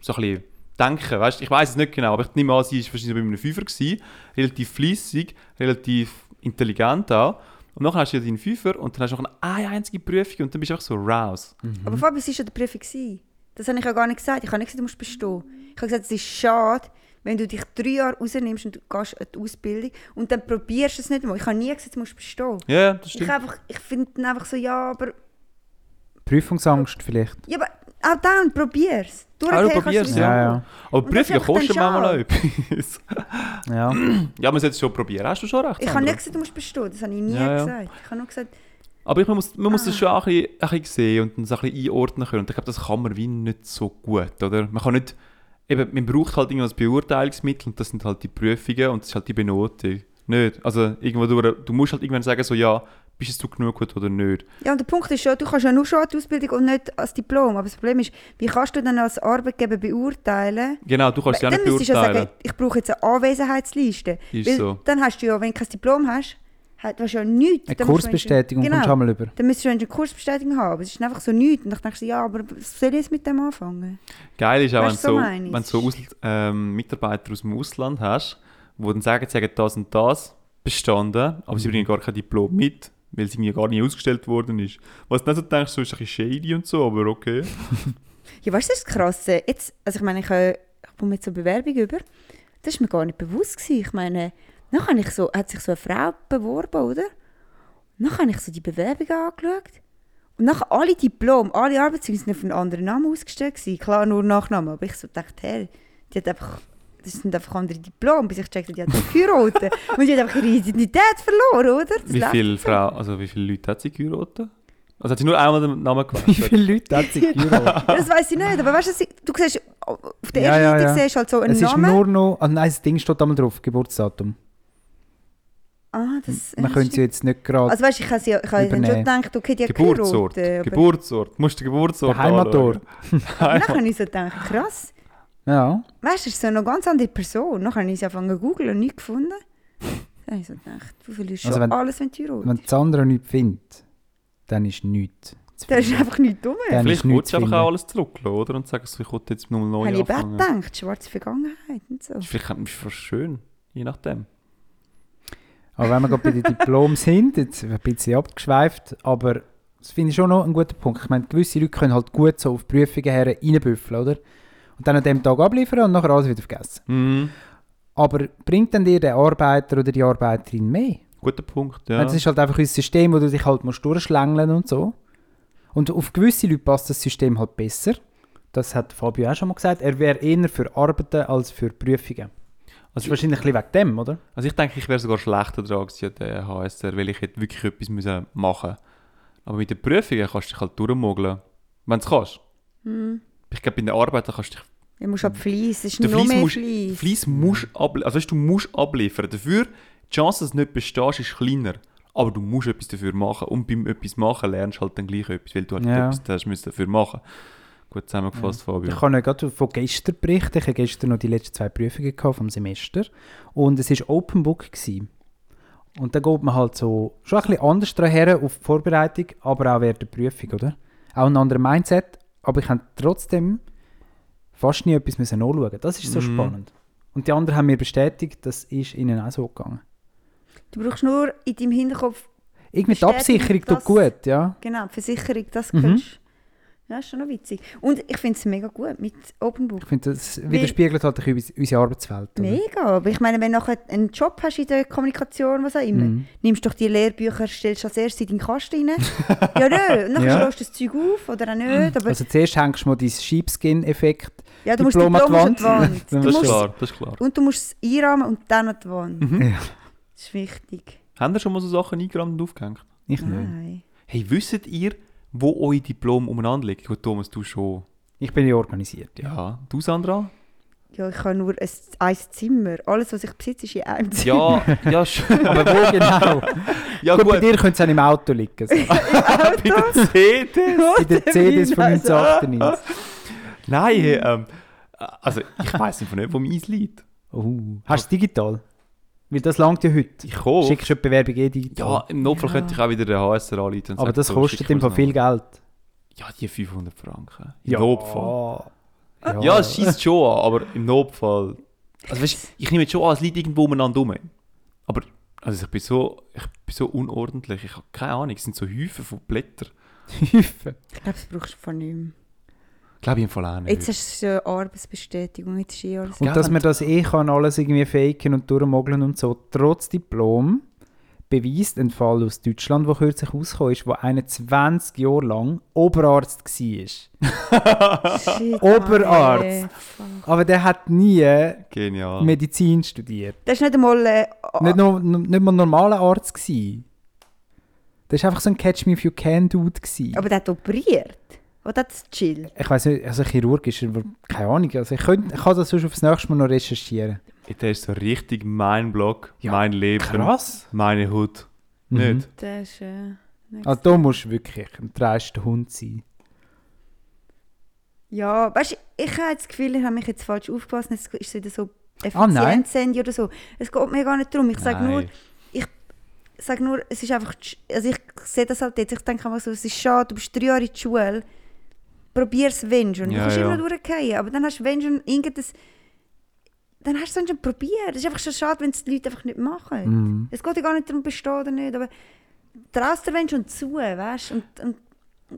Speaker 5: so ein bisschen denken, weißt du, ich weiß es nicht genau, aber ich nehme an, sie war wahrscheinlich bei einem Fünfer, gewesen, relativ fließig, relativ intelligent auch. Und dann hast du ja deinen Fünfer und dann hast du noch eine einzige Prüfung und dann bist du einfach so raus.
Speaker 4: Aber Fabi, es war schon die Prüfung. gewesen. Das habe ich ja gar nicht gesagt. Ich habe nicht gesagt, du musst bestehen. Ich habe gesagt, es ist schade, wenn du dich drei Jahre rausnimmst und du gehst an die Ausbildung und dann probierst du es nicht mal. Ich habe nie gesagt, du musst bestehen.
Speaker 5: Ja, ja, das
Speaker 4: Ich,
Speaker 5: stimmt.
Speaker 4: einfach, ich finde dann einfach so, ja, aber,
Speaker 3: Prüfungsangst vielleicht.
Speaker 4: ja, aber auch dann, probier es.
Speaker 5: Ah, du
Speaker 4: kannst du
Speaker 5: probierst,
Speaker 4: es
Speaker 3: Ja, ja.
Speaker 4: nicht.
Speaker 5: Aber
Speaker 4: Und das
Speaker 5: Prüfungen
Speaker 4: ist einfach
Speaker 5: kosten
Speaker 4: dann
Speaker 5: manchmal auch etwas. (laughs)
Speaker 3: Ja.
Speaker 5: ja, man sollte es schon probieren. Hast du schon recht?
Speaker 4: Ich habe
Speaker 5: Sandra?
Speaker 4: nicht gesagt, du musst bestehen. Das habe ich nie
Speaker 5: Ja, ja.
Speaker 4: gesagt. Ich habe nur gesagt,
Speaker 5: Aber ich, man muss,
Speaker 4: Ah.
Speaker 5: man muss das schon auch ein bisschen, ein bisschen sehen und dann so ein bisschen einordnen können. Und ich glaube, das kann man wie nicht so gut, oder? Man kann nicht, eben, man braucht halt irgendwas Beurteilungsmittel und das sind halt die Prüfungen und das ist halt die Benotung. Nicht? Also irgendwo durch, du musst halt irgendwann sagen, so ja, bist du genug gut oder nicht.
Speaker 4: Ja, und der Punkt ist schon, du kannst ja nur schon an die Ausbildung und nicht als Diplom. Aber das Problem ist, wie kannst du dann als Arbeitgeber beurteilen,
Speaker 5: Genau, du kannst es ja
Speaker 4: Dann
Speaker 5: nicht
Speaker 4: müsstest du ja
Speaker 5: beurteilen.
Speaker 4: sagen, ich brauche jetzt eine Anwesenheitsliste.
Speaker 5: Ist
Speaker 4: Weil
Speaker 5: so.
Speaker 4: Dann hast du ja, wenn du kein Diplom hast, hast du hast ja nichts.
Speaker 3: Eine
Speaker 4: Dann musst du
Speaker 3: Kursbestätigung kommst
Speaker 4: wenigstens-
Speaker 3: du
Speaker 4: genau.
Speaker 3: einmal über.
Speaker 4: Dann müsstest du wenigstens eine Kursbestätigung haben. Aber es ist einfach so nichts. Und dann denkst du, ja, aber was soll ich jetzt mit dem anfangen?
Speaker 5: Geil ist auch, wenn du
Speaker 4: Weißt du,
Speaker 5: so,
Speaker 4: so meine ich.
Speaker 5: wenn du so Aus, ähm, Mitarbeiter aus dem Ausland hast, die dann sagen, sie haben das und das bestanden, aber sie bringen gar kein Diplom mit, weil es irgendwie gar nicht ausgestellt worden ist. Was du dann so denkst, so ist ein bisschen shady und so, aber okay.
Speaker 4: Ja, weißt du, das ist das Krasse. Jetzt, also ich meine, ich, äh, ich komme jetzt so Bewerbung über. Das war mir gar nicht bewusst. Gewesen. Ich meine, dann habe ich so, hat sich so eine Frau beworben, oder? Dann habe ich so die Bewerbung angeschaut. Und dann alle Diplom, alle Arbeitszeugnis sind auf einen anderen Namen ausgestellt. Gewesen. Klar, nur Nachname. Aber ich so dachte, hey, die hat einfach... Das sind einfach andere Diplom, bis ich checkte, die hat
Speaker 3: (laughs)
Speaker 4: geheiratet. Und die hat einfach ihre Identität verloren, oder? Das
Speaker 5: wie
Speaker 4: läuft
Speaker 5: viele
Speaker 4: so.
Speaker 5: Frauen, also wie viele Leute hat sie geheiratet? Also hat sie nur einmal den Namen
Speaker 3: Wie
Speaker 5: gewechselt?
Speaker 3: viele Leute hat
Speaker 4: (laughs)
Speaker 3: sie geheiratet?
Speaker 4: Ja, Das weiß ich nicht, aber weißt du, sie- du siehst, auf der
Speaker 3: Ja,
Speaker 4: ersten
Speaker 3: ja,
Speaker 4: Seite
Speaker 3: ja.
Speaker 4: siehst du halt so einen
Speaker 3: Es ist
Speaker 4: Namen.
Speaker 3: nur noch... Ah nein, das Ding steht einmal drauf, Geburtsdatum.
Speaker 4: ah, das,
Speaker 3: Man
Speaker 4: das
Speaker 3: könnte sie jetzt nicht gerade...
Speaker 4: Also weißt, ich habe ja, ich habe dann schon
Speaker 3: Halt Übernehmen.
Speaker 4: gedacht, okay, die hat
Speaker 5: Geburtsort.
Speaker 4: geheiratet, aber-
Speaker 5: Geburtsort. Du musst den Geburtsort
Speaker 3: Der Heimatort.
Speaker 4: Aber dann habe ich so gedacht, krass.
Speaker 3: Ja.
Speaker 4: Weißt du, das ist so eine ganz andere Person. Dann habe ich sie angefangen zu googeln und nichts gefunden. Dann habe ich so gedacht, du verlierst
Speaker 3: Also
Speaker 4: schon
Speaker 3: wenn-
Speaker 4: alles, wenn du heiratest.
Speaker 3: Wenn die Sandra nichts findet, dann ist nichts zu
Speaker 4: Da ist
Speaker 3: finden.
Speaker 4: einfach nichts dumm.
Speaker 3: Dann
Speaker 5: Vielleicht
Speaker 3: ist nichts
Speaker 5: willst du
Speaker 3: zu
Speaker 5: einfach
Speaker 3: finden.
Speaker 5: auch alles zurücklassen, oder? Und sagst, so, ich wollte jetzt nur neu
Speaker 4: Habe ich eben auch
Speaker 5: anfangen.
Speaker 4: gedacht, schwarze Vergangenheit und so.
Speaker 5: Vielleicht ist es schön, je nachdem.
Speaker 3: Aber wenn wir gerade bei den Diplomen sind, jetzt ein bisschen abgeschweift, aber das finde ich schon noch ein guter Punkt. Ich meine, gewisse Leute können halt gut so auf Prüfungen her reinbüffeln, oder? Und dann an dem Tag abliefern und nachher alles wieder vergessen.
Speaker 5: Mhm.
Speaker 3: Aber bringt denn dir der Arbeiter oder die Arbeiterin mehr?
Speaker 5: Guter Punkt,
Speaker 3: Ich
Speaker 5: ja.
Speaker 3: meine, Das ist halt einfach ein System, wo du dich halt musst durchschlängeln und so. Und auf gewisse Leute passt das System halt besser. Das hat Fabio auch schon mal gesagt. Er wäre eher für Arbeiten als für Prüfungen. Das ist
Speaker 5: Also,
Speaker 3: wahrscheinlich ein bisschen wegen dem, oder?
Speaker 5: also ich denke, ich wäre sogar schlechter dran gewesen an der HSR, weil ich hätte wirklich etwas müssen machen Aber mit den Prüfungen kannst du dich halt durchmogeln, wenn du es kannst.
Speaker 4: Hm.
Speaker 5: Ich glaube, in der Arbeit da kannst du dich
Speaker 4: Du musst ab Fleiss, es ist
Speaker 5: Der
Speaker 4: noch
Speaker 5: Fleiss
Speaker 4: mehr
Speaker 5: musst,
Speaker 4: Fleiss.
Speaker 5: Fleiss musst
Speaker 3: Hm.
Speaker 5: abliefern. Also, weißt, du musst abliefern. Dafür, die Chance, dass du nicht bestehst, ist kleiner. Aber du musst etwas dafür machen. Und beim etwas machen lernst du halt dann gleich etwas, weil du halt
Speaker 3: Ja.
Speaker 5: etwas hast müssen dafür machen. Gut zusammengefasst, Fabio.
Speaker 3: Ich kann euch gerade von gestern berichten. Ich hatte gestern noch die letzten zwei Prüfungen gehabt vom Semester. Und es war Open Book. Gewesen. Und da geht man halt so schon ein bisschen anders daher auf die Vorbereitung, aber auch während der Prüfung, oder? Auch ein anderes Mindset. Aber ich habe trotzdem fast nie etwas müssen anschauen. Das ist so spannend. Und die anderen haben mir bestätigt, das ist ihnen auch so gegangen.
Speaker 4: Du brauchst nur in deinem Hinterkopf,
Speaker 3: Irgendwie die
Speaker 4: Bestätigt
Speaker 3: Absicherung tut
Speaker 4: das-
Speaker 3: gut, ja.
Speaker 4: genau, die Versicherung, das kannst Ja, ist schon noch witzig. Und ich finde es mega gut mit Open Book.
Speaker 3: Ich finde, das widerspiegelt halt ein bisschen unsere Arbeitswelt. Oder?
Speaker 4: Mega, aber ich meine, wenn du nachher einen Job hast in der Kommunikation, was auch immer,
Speaker 3: Mhm.
Speaker 4: nimmst doch die Lehrbücher, stellst als erstes in deinen
Speaker 3: (laughs)
Speaker 4: Kasten rein. ja, nö, und dann
Speaker 3: Ja.
Speaker 4: schlägst du das Zeug auf oder auch nicht. Aber
Speaker 3: Also zuerst hängst du mal deinen Sheepskin-Effekt
Speaker 4: ja, du musst
Speaker 3: Diplom
Speaker 4: die Diplom
Speaker 3: an (laughs)
Speaker 4: an
Speaker 3: die
Speaker 4: die Wand.
Speaker 3: Dann
Speaker 4: Du
Speaker 5: das, ist
Speaker 4: musst,
Speaker 5: klar, das ist klar.
Speaker 4: und du musst es einrahmen und dann an die Wand.
Speaker 3: Ja.
Speaker 4: Das ist wichtig.
Speaker 5: Haben ihr schon mal so Sachen eingerammt und aufgehängt?
Speaker 3: Ich nicht.
Speaker 4: Nein.
Speaker 5: Hey, wisst ihr, wo euer Diplom umeinander liegt? Gut, Thomas, du schon.
Speaker 3: Ich bin ja organisiert, ja.
Speaker 5: Ja. Du, Sandra?
Speaker 4: Ja, ich habe nur ein, ein Zimmer. Alles, was ich besitze, ist in einem Zimmer.
Speaker 3: (laughs)
Speaker 5: Ja, (laughs) ja, schön.
Speaker 3: Aber wo genau?
Speaker 5: Ja,
Speaker 3: gut,
Speaker 5: gut.
Speaker 3: bei dir könnte es auch im Auto liegen.
Speaker 5: (laughs)
Speaker 3: So. In
Speaker 5: Bei der CD.
Speaker 3: der CDs von 1998.
Speaker 5: Nein, hey, ähm, also ich weiß einfach nicht, wo meins liegt.
Speaker 3: Oh. Hast du es digital? Weil das langt ja heute.
Speaker 5: Ich hoffe.
Speaker 3: Schickst du die Bewerbung eh digital.
Speaker 5: Oh. Ja, im Notfall könnte ich auch wieder den HSR anleiten. und
Speaker 3: Aber
Speaker 5: sagen,
Speaker 3: das
Speaker 5: so,
Speaker 3: kostet
Speaker 5: schick
Speaker 3: im
Speaker 5: mir's
Speaker 3: Fall viel
Speaker 5: noch.
Speaker 3: Geld.
Speaker 5: Ja, die 500 Franken. Im Notfall.
Speaker 3: Ja. (laughs)
Speaker 5: Ja, es schießt schon an, aber im Notfall. Also weißt, ich nehme jetzt schon an, es liegt irgendwo umeinander rum. Aber also ich bin so, ich bin so unordentlich. Ich habe keine Ahnung. Es sind so Häufen von Blättern.
Speaker 3: Hilfe.
Speaker 4: Ich glaube, das brauchst du von nicht mehr.
Speaker 5: Glaube ich im Fall auch nicht.
Speaker 4: Jetzt hast du eine Arbeitsbestätigung, jetzt ist eh alles
Speaker 3: Und
Speaker 5: Ja,
Speaker 3: dass
Speaker 5: wenn
Speaker 3: man das eh kann, alles irgendwie faken und durchmogeln und so, trotz Diplom, beweist ein Fall aus Deutschland, der kürzlich rausgekommen ist, wo einer 20 Jahre lang Oberarzt war.
Speaker 4: (laughs) Shit,
Speaker 3: Oberarzt.
Speaker 4: Mann, ey, fuck.
Speaker 3: Aber der hat nie
Speaker 5: Ah. Genial.
Speaker 3: Medizin studiert.
Speaker 4: Das ist nicht einmal... Äh, a-
Speaker 3: Nicht, nur, n- nicht mal ein normaler Arzt gsi. Das war einfach so ein Catch-me-if-you-can-Dude. gsi.
Speaker 4: aber der hat operiert. Oder hat es chill?
Speaker 3: Ich weiß nicht, also chirurgisch, aber keine Ahnung. Also ich, könnte, ich kann das sonst aufs nächste Mal noch recherchieren.
Speaker 5: Der ist so richtig mein Blog,
Speaker 3: Ja,
Speaker 5: mein Leben, meine Hut.
Speaker 3: Mhm.
Speaker 5: Nicht?
Speaker 4: Das ist... Äh,
Speaker 3: Also da musst du wirklich ein dreisten Hund sein.
Speaker 4: ja, weißt du, ich habe das Gefühl, ich habe mich jetzt falsch aufgepasst. Es ist wieder so
Speaker 3: Ah, nein.
Speaker 4: Effizienzhandy oder so. Es geht mir gar nicht darum. Ich sage nur,
Speaker 5: Nein.
Speaker 4: sag nur, es ist einfach... sch- Also ich sehe das halt jetzt. Ich denke immer so, es ist schade, du bist drei Jahre in der Schule. Probier es, wenn schon. Du
Speaker 5: Ja,
Speaker 4: kannst
Speaker 5: ja.
Speaker 4: immer noch durchgehen. Aber dann hast du, wenn schon, irgendein... Dann hast du es schon probiert. Es ist einfach schon schade, wenn es die Leute einfach nicht machen.
Speaker 3: Mhm.
Speaker 4: Es geht ja gar nicht darum, bestehen oder nicht, aber traust dir wenn schon zu, weißt du? Und, und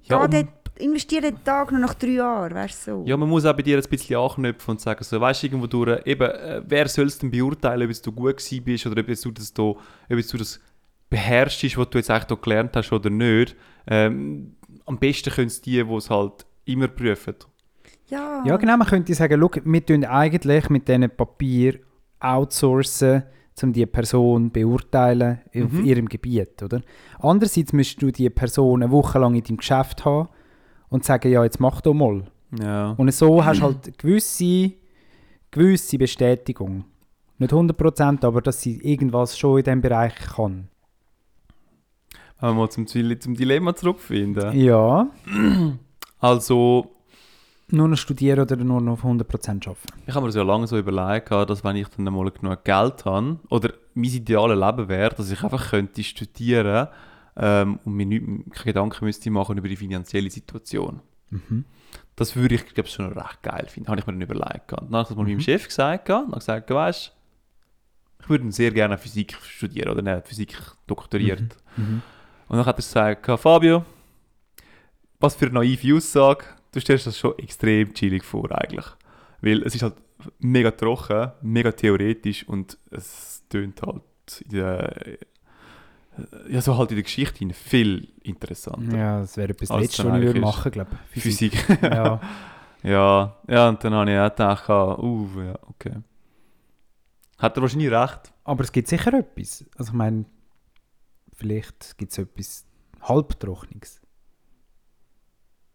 Speaker 5: Ja,
Speaker 4: ja,
Speaker 5: und-
Speaker 4: dort, investiere den Tag noch nach drei Jahren, weißt du? So.
Speaker 5: Ja, man muss auch bei dir ein bisschen anknüpfen und sagen, so, weißt du, irgendwo durch, eben, äh, wer soll es denn beurteilen, ob jetzt du gut gewesen bist oder ob jetzt du das, da, ob jetzt du das beherrschst, was du jetzt eigentlich da gelernt hast oder nicht. Ähm, am besten können es die, die es halt immer prüfen.
Speaker 4: ja.
Speaker 3: Ja, genau, man könnte sagen, schau, wir tun eigentlich mit diesen Papier outsourcen, um die Person beurteilen auf ihrem Gebiet, oder? Andererseits müsstest du die Person eine Woche lang in deinem Geschäft haben und sagen, ja, jetzt mach doch mal.
Speaker 5: Ja.
Speaker 3: Und so hast du halt gewisse, gewisse Bestätigung. Nicht 100%, aber dass sie irgendwas schon in diesem Bereich kann.
Speaker 5: Wenn wir mal zum, Zwi- zum Dilemma zurückfinden.
Speaker 3: Ja,
Speaker 5: Also,
Speaker 3: nur noch studieren oder nur noch auf 100% arbeiten.
Speaker 5: Ich habe mir das ja lange so überlegt, gehabt, dass wenn ich dann mal genug Geld habe, oder mein ideales Leben wäre, dass ich einfach könnte studieren ähm, und mir nicht, keine Gedanken müsste machen über die finanzielle Situation. Das würde ich, glaube ich, schon recht geil finden. Habe ich mir dann überlegt. gehabt. Dann habe ich das mal
Speaker 3: Mhm.
Speaker 5: meinem Chef gesagt gehabt, und habe gesagt, weißt ich würde sehr gerne Physik studieren oder nicht, Physik doktoriert.
Speaker 3: Mhm.
Speaker 5: Und dann hat er gesagt, gehabt, Fabio, was für eine naive Aussage, du stellst das schon extrem chillig vor eigentlich. Weil es ist halt mega trocken, mega theoretisch und es tönt halt in der, ja, so halt in der Geschichte hin viel interessanter.
Speaker 3: Ja, das wäre etwas
Speaker 5: Als
Speaker 3: Letztes, was ich würde
Speaker 5: Szenario ist.
Speaker 3: machen glaube ich.
Speaker 5: Physik.
Speaker 3: ja.
Speaker 5: Ja, ja, und dann habe ich auch gedacht, ah, uh, ja, okay. Hat er wahrscheinlich recht.
Speaker 3: Aber es gibt sicher etwas. Also ich meine, vielleicht gibt es etwas halbtrockniges.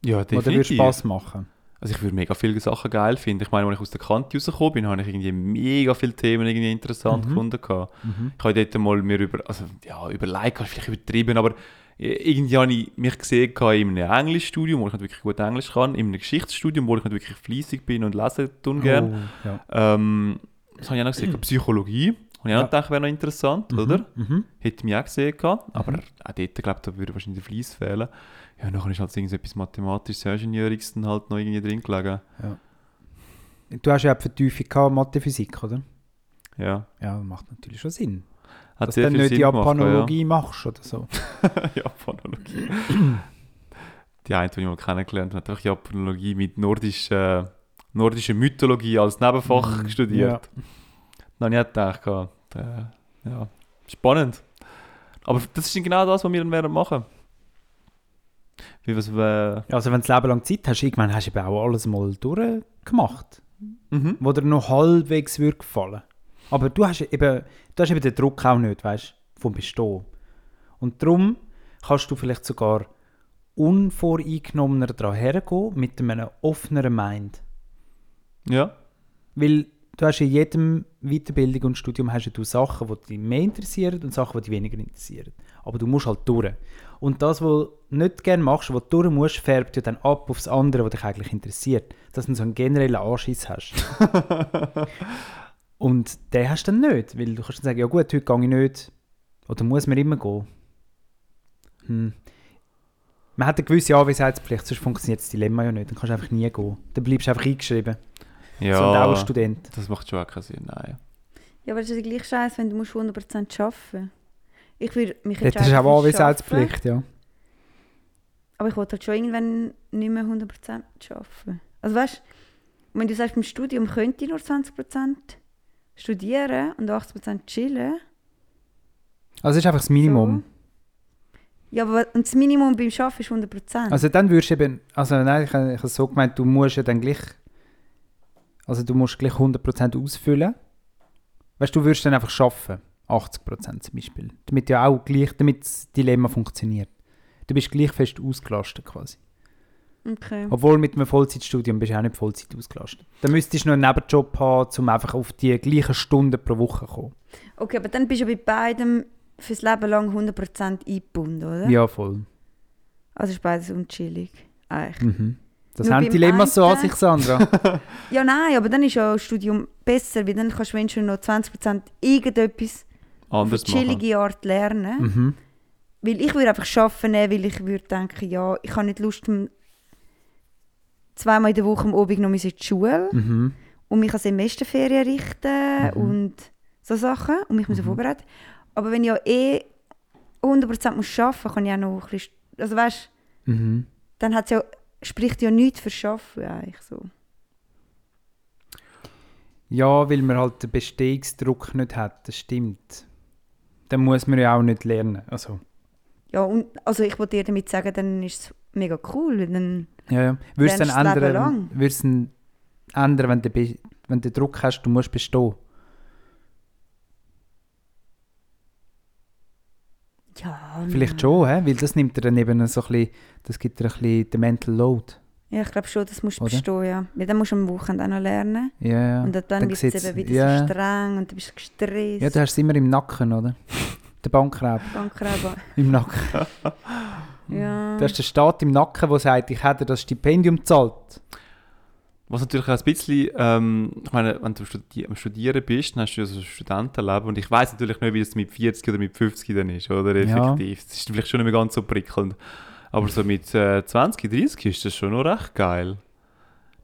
Speaker 5: Ja,
Speaker 3: Oder würde Spass machen.
Speaker 5: Also ich würde mega viele Sachen geil finden. Ich meine, als ich aus der Kante rausgekommen bin, habe ich irgendwie mega viele Themen irgendwie interessant
Speaker 3: Mhm.
Speaker 5: gefunden. gehabt.
Speaker 3: Mhm.
Speaker 5: Ich habe dort mal mir über, also ja, über Like habe ich vielleicht übertrieben, aber irgendwie habe ich mich gesehen gehabt in einem Englischstudium, wo ich nicht wirklich gut Englisch kann, in einem Geschichtsstudium, wo ich nicht wirklich fleissig bin und lesen tun gerne.
Speaker 3: Oh, ja.
Speaker 5: Ähm, das habe ich auch noch gesehen, (clears throat) Psychologie. Habe ich auch
Speaker 3: Ja.
Speaker 5: noch gedacht, wäre noch interessant, oder?
Speaker 3: Mhm.
Speaker 5: Hätte mich auch gesehen gehabt, aber auch dort, glaube ich, da würde wahrscheinlich der Fleiss fehlen. Ja, nachher ist halt irgendetwas mathematisches, Ingenieuriges dann halt noch irgendwie drin gelegen.
Speaker 3: Du hast ja auch die Vertiefung gehabt, Mathe, Physik, oder?
Speaker 5: Ja.
Speaker 3: Ja, macht natürlich schon Sinn.
Speaker 5: Hat
Speaker 3: Dass du
Speaker 5: sehr
Speaker 3: dann
Speaker 5: viel
Speaker 3: nicht
Speaker 5: Sinn
Speaker 3: die
Speaker 5: gemacht,
Speaker 3: Japanologie machst oder so.
Speaker 5: Ja. (laughs) Japanologie. die eine, die ich mal kennengelernt habe, hat einfach Japanologie mit nordischer, nordischer Mythologie als Nebenfach
Speaker 3: Mhm,
Speaker 5: studiert. Dann habe ich auch gedacht, gehabt, äh, ja, spannend. Aber das ist genau das, was wir dann werden machen. Wie was, äh,
Speaker 3: Also wenn du das Leben lang Zeit hast, irgendwann hast du eben auch alles mal durchgemacht,
Speaker 5: mhm.
Speaker 3: wo dir noch halbwegs würde gefallen. Aber du hast eben, du hast eben den Druck auch nicht, weißt du, vom Bestehen. Und darum kannst du vielleicht sogar unvoreingenommener daran hergehen mit einem offeneren Mind.
Speaker 5: ja.
Speaker 3: Weil du hast in jedem Weiterbildung und Studium hast ja du Sachen, die dich mehr interessieren und Sachen, die dich weniger interessieren. Aber du musst halt durch. Und das, was du nicht gerne machst, was du durch musst, färbt ja dann ab aufs andere, was dich eigentlich interessiert. Dass du so einen generellen Anschiss hast. und den hast du dann nicht, weil du kannst dann sagen, ja gut, heute gehe ich nicht. Oder muss man immer gehen? Hm. Man hat eine gewisse Anwesenheitspflicht, sonst funktioniert das Dilemma ja nicht. Dann kannst du einfach nie gehen. Dann bleibst du einfach eingeschrieben.
Speaker 5: ja.
Speaker 3: So ein Dauerstudent.
Speaker 5: Das macht schon auch keinen Sinn, nein.
Speaker 4: Ja, aber das ist ja gleich scheiße, wenn du musst 100% arbeiten Ich würde mich
Speaker 3: Dort hast du
Speaker 4: entscheiden
Speaker 3: auch
Speaker 4: fürs Arbeiten,
Speaker 3: Anwesenheitspflicht, ja.
Speaker 4: Aber ich wollte halt schon irgendwann nicht mehr 100% arbeiten. Also weißt du, wenn du sagst, im Studium könnte ich nur 20% studieren und 80% chillen.
Speaker 3: Also es ist einfach das Minimum.
Speaker 4: So. Ja, aber und das Minimum beim Arbeiten ist 100%.
Speaker 3: Also dann würdest du eben, also nein, ich, ich habe es so gemeint, du musst ja dann gleich, also du musst gleich 100% ausfüllen. Weißt du, du würdest dann einfach schaffen, 80% zum Beispiel, damit ja auch gleich, damit das Dilemma funktioniert. Du bist gleich fest ausgelastet quasi.
Speaker 4: okay.
Speaker 3: Obwohl mit einem Vollzeitstudium bist du auch nicht Vollzeit ausgelastet. Dann müsstest du noch einen Nebenjob haben, um einfach auf die gleichen Stunden pro Woche zu kommen.
Speaker 4: okay, aber dann bist du bei beidem fürs Leben lang 100% eingebunden, oder?
Speaker 3: Ja, voll.
Speaker 4: Also ist beides unchillig. Eigentlich.
Speaker 3: Mhm. Das
Speaker 4: Nur
Speaker 3: haben
Speaker 4: beim
Speaker 3: Dilemmas so an
Speaker 4: einen-
Speaker 3: sich, Sandra.
Speaker 4: (laughs) Ja, nein, aber dann ist ja das Studium besser, weil dann kannst du wenigstens noch 20% irgendetwas auf eine
Speaker 5: Anders machen.
Speaker 4: chillige Art lernen.
Speaker 3: mhm.
Speaker 4: Weil ich würde einfach arbeiten, nehmen, weil ich würde denken, ja, ich habe nicht Lust, um zweimal in der Woche am Abend noch in die Schule
Speaker 3: Mhm.
Speaker 4: und mich an Semesterferien richten
Speaker 3: Mhm.
Speaker 4: und so Sachen und mich mhm.
Speaker 3: Mhm.
Speaker 4: vorbereiten. Aber wenn ich ja eh 100% muss arbeiten muss, kann ich auch noch ein bisschen... Also weißt,
Speaker 3: Mhm.
Speaker 4: dann hat's ja, spricht ja nichts für Arbeiten eigentlich so.
Speaker 3: Ja, weil man halt den Bestehungsdruck nicht hat, das stimmt. Dann muss man ja auch nicht lernen. Also,
Speaker 4: Ja, und also ich wollte dir damit sagen, dann ist es mega cool, weil dann...
Speaker 3: ja, ja. Würdest du
Speaker 4: Lernst das
Speaker 3: dann
Speaker 4: Leben
Speaker 3: ändern,
Speaker 4: lang.
Speaker 3: würdest du dann ändern wenn, du be- wenn du Druck hast, du musst bestehen?
Speaker 4: Ja,
Speaker 3: Vielleicht schon, hä? weil das nimmt dir dann eben so ein bisschen, das gibt dir ein bisschen den Mental Load.
Speaker 4: Ja, ich glaube schon, das musst du
Speaker 3: Oder?
Speaker 4: bestehen, ja. Weil dann musst du am Wochenende auch noch lernen.
Speaker 3: Ja, ja.
Speaker 4: Und dann, dann wird
Speaker 3: sieht's-
Speaker 4: es eben wieder
Speaker 3: ja.
Speaker 4: so streng und du bist gestresst.
Speaker 3: Ja, du hast es immer im Nacken, oder? Der Bankraub (laughs)
Speaker 4: Bankkräber.
Speaker 3: im Nacken.
Speaker 4: Ja.
Speaker 3: Du hast den Staat im Nacken, der sagt, ich hätte dir das Stipendium gezahlt.
Speaker 5: Was natürlich auch ein bisschen, ähm, ich meine, wenn du am Studi am Studieren bist, dann hast du ja so ein Studentenleben und ich weiß natürlich nicht, wie es mit 40 oder mit 50 dann ist, oder?
Speaker 3: Ja.
Speaker 5: Effektiv. Das ist vielleicht schon nicht mehr ganz so prickelnd. Aber so mit äh, 20, 30 ist das schon noch recht geil.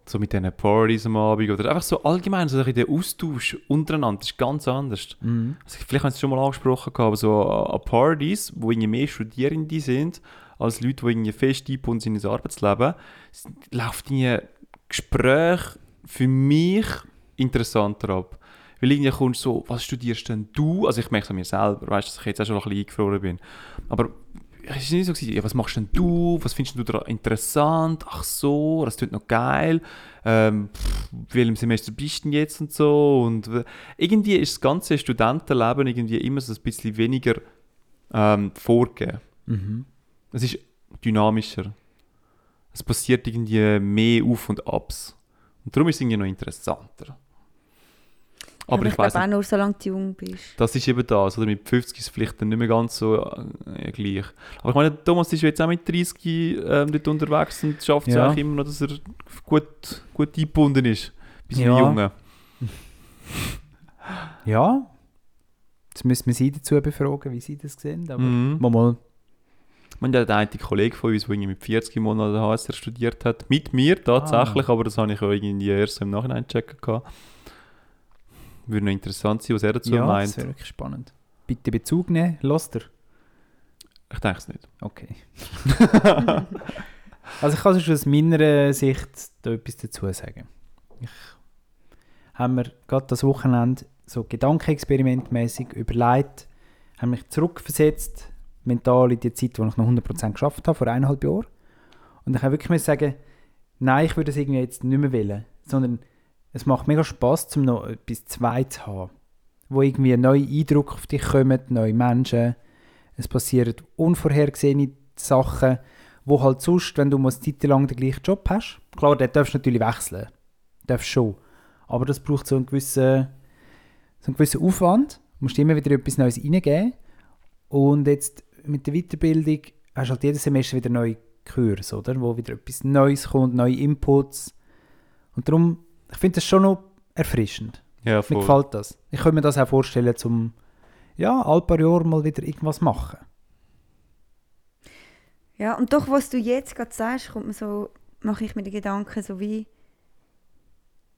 Speaker 5: So mit diesen Partys am Abend oder einfach so allgemein, so ein bisschen der Austausch untereinander ist ganz anders. Also vielleicht haben sie es schon mal angesprochen, gehabt, aber so an Partys, wo irgendwie mehr Studierende sind, als Leute, die irgendwie fest eingebunden sind ins Arbeitsleben, s- läuft irgendwie Gespräch für mich interessanter ab. Weil irgendwie kommst du so, was studierst denn du? Also ich merke es an mir selber, weißt du, dass ich jetzt auch schon ein bisschen eingefroren bin. Aber es war nicht so, gewesen, ja, was machst denn du? Was findest du daran interessant? Ach so, das klingt noch geil. Ähm, pff, welchem Semester bist du denn jetzt und so? Und w- irgendwie ist das ganze Studentenleben irgendwie immer so ein bisschen weniger ähm, vorgegeben.
Speaker 3: Mhm.
Speaker 5: Es ist dynamischer. Es passiert irgendwie mehr Auf und Abs. Und darum ist es irgendwie noch interessanter. Aber, ich,
Speaker 4: ich
Speaker 5: weiß
Speaker 4: glaube auch nur, solange du jung bist.
Speaker 5: das ist eben das. Oder mit 50 ist es vielleicht dann nicht mehr ganz so äh, gleich. Aber ich meine, Thomas ist ja jetzt auch mit 30 ähm, dort unterwegs und schafft es
Speaker 3: Ja.
Speaker 5: auch immer noch, dass er gut, gut eingebunden ist. Bis ja.
Speaker 3: Ja.
Speaker 5: Jungen.
Speaker 3: Ja. Jetzt müssen wir sie dazu befragen, wie sie das sehen. Aber
Speaker 5: Mhm.
Speaker 3: mal, mal.
Speaker 5: Ich meine, der hat einen Kollege von uns, der irgendwie mit 40 im Monat an der HSR studiert hat. Mit mir
Speaker 3: Ah.
Speaker 5: tatsächlich, aber das habe ich auch irgendwie erst im Nachhinein checken gehabt. Würde noch interessant sein, was er dazu
Speaker 3: ja, das
Speaker 5: meint.
Speaker 3: wäre wirklich spannend. Bitte Bezug nehmen, lasst ihr.
Speaker 5: Ich denke es nicht.
Speaker 3: Okay. (laughs) also ich kann schon aus meiner Sicht da etwas dazu sagen. Ich habe mir gerade das Wochenende so gedankenexperimentmäßig überlegt, habe mich zurückversetzt, mental in die Zeit, wo ich noch 100% geschafft habe, vor eineinhalb Jahren. Und ich kann wirklich mal sagen, nein, ich würde es irgendwie jetzt nicht mehr wollen, sondern es macht mega Spass, zum noch etwas Zweites zu haben, wo irgendwie neue Eindrücke auf dich kommen, neue Menschen, es passieren unvorhergesehene Sachen, wo halt sonst, wenn du mal eine Zeit lang den gleichen Job hast, klar, den darfst du natürlich wechseln. Darfst schon. Aber das braucht so einen gewissen, so einen gewissen Aufwand. Du musst immer wieder etwas Neues reingeben. Und jetzt mit der Weiterbildung hast du halt jedes Semester wieder neue Kurse, oder? Wo wieder etwas Neues kommt, neue Inputs. Und darum, ich finde das schon noch erfrischend.
Speaker 5: Ja,
Speaker 3: Mir
Speaker 5: voll.
Speaker 3: gefällt das. Ich könnte mir das auch vorstellen, zum ja, alle paar Jahre mal wieder irgendwas machen.
Speaker 4: Ja, und doch, was du jetzt gerade sagst, kommt mir so, mache ich mir die Gedanken so wie,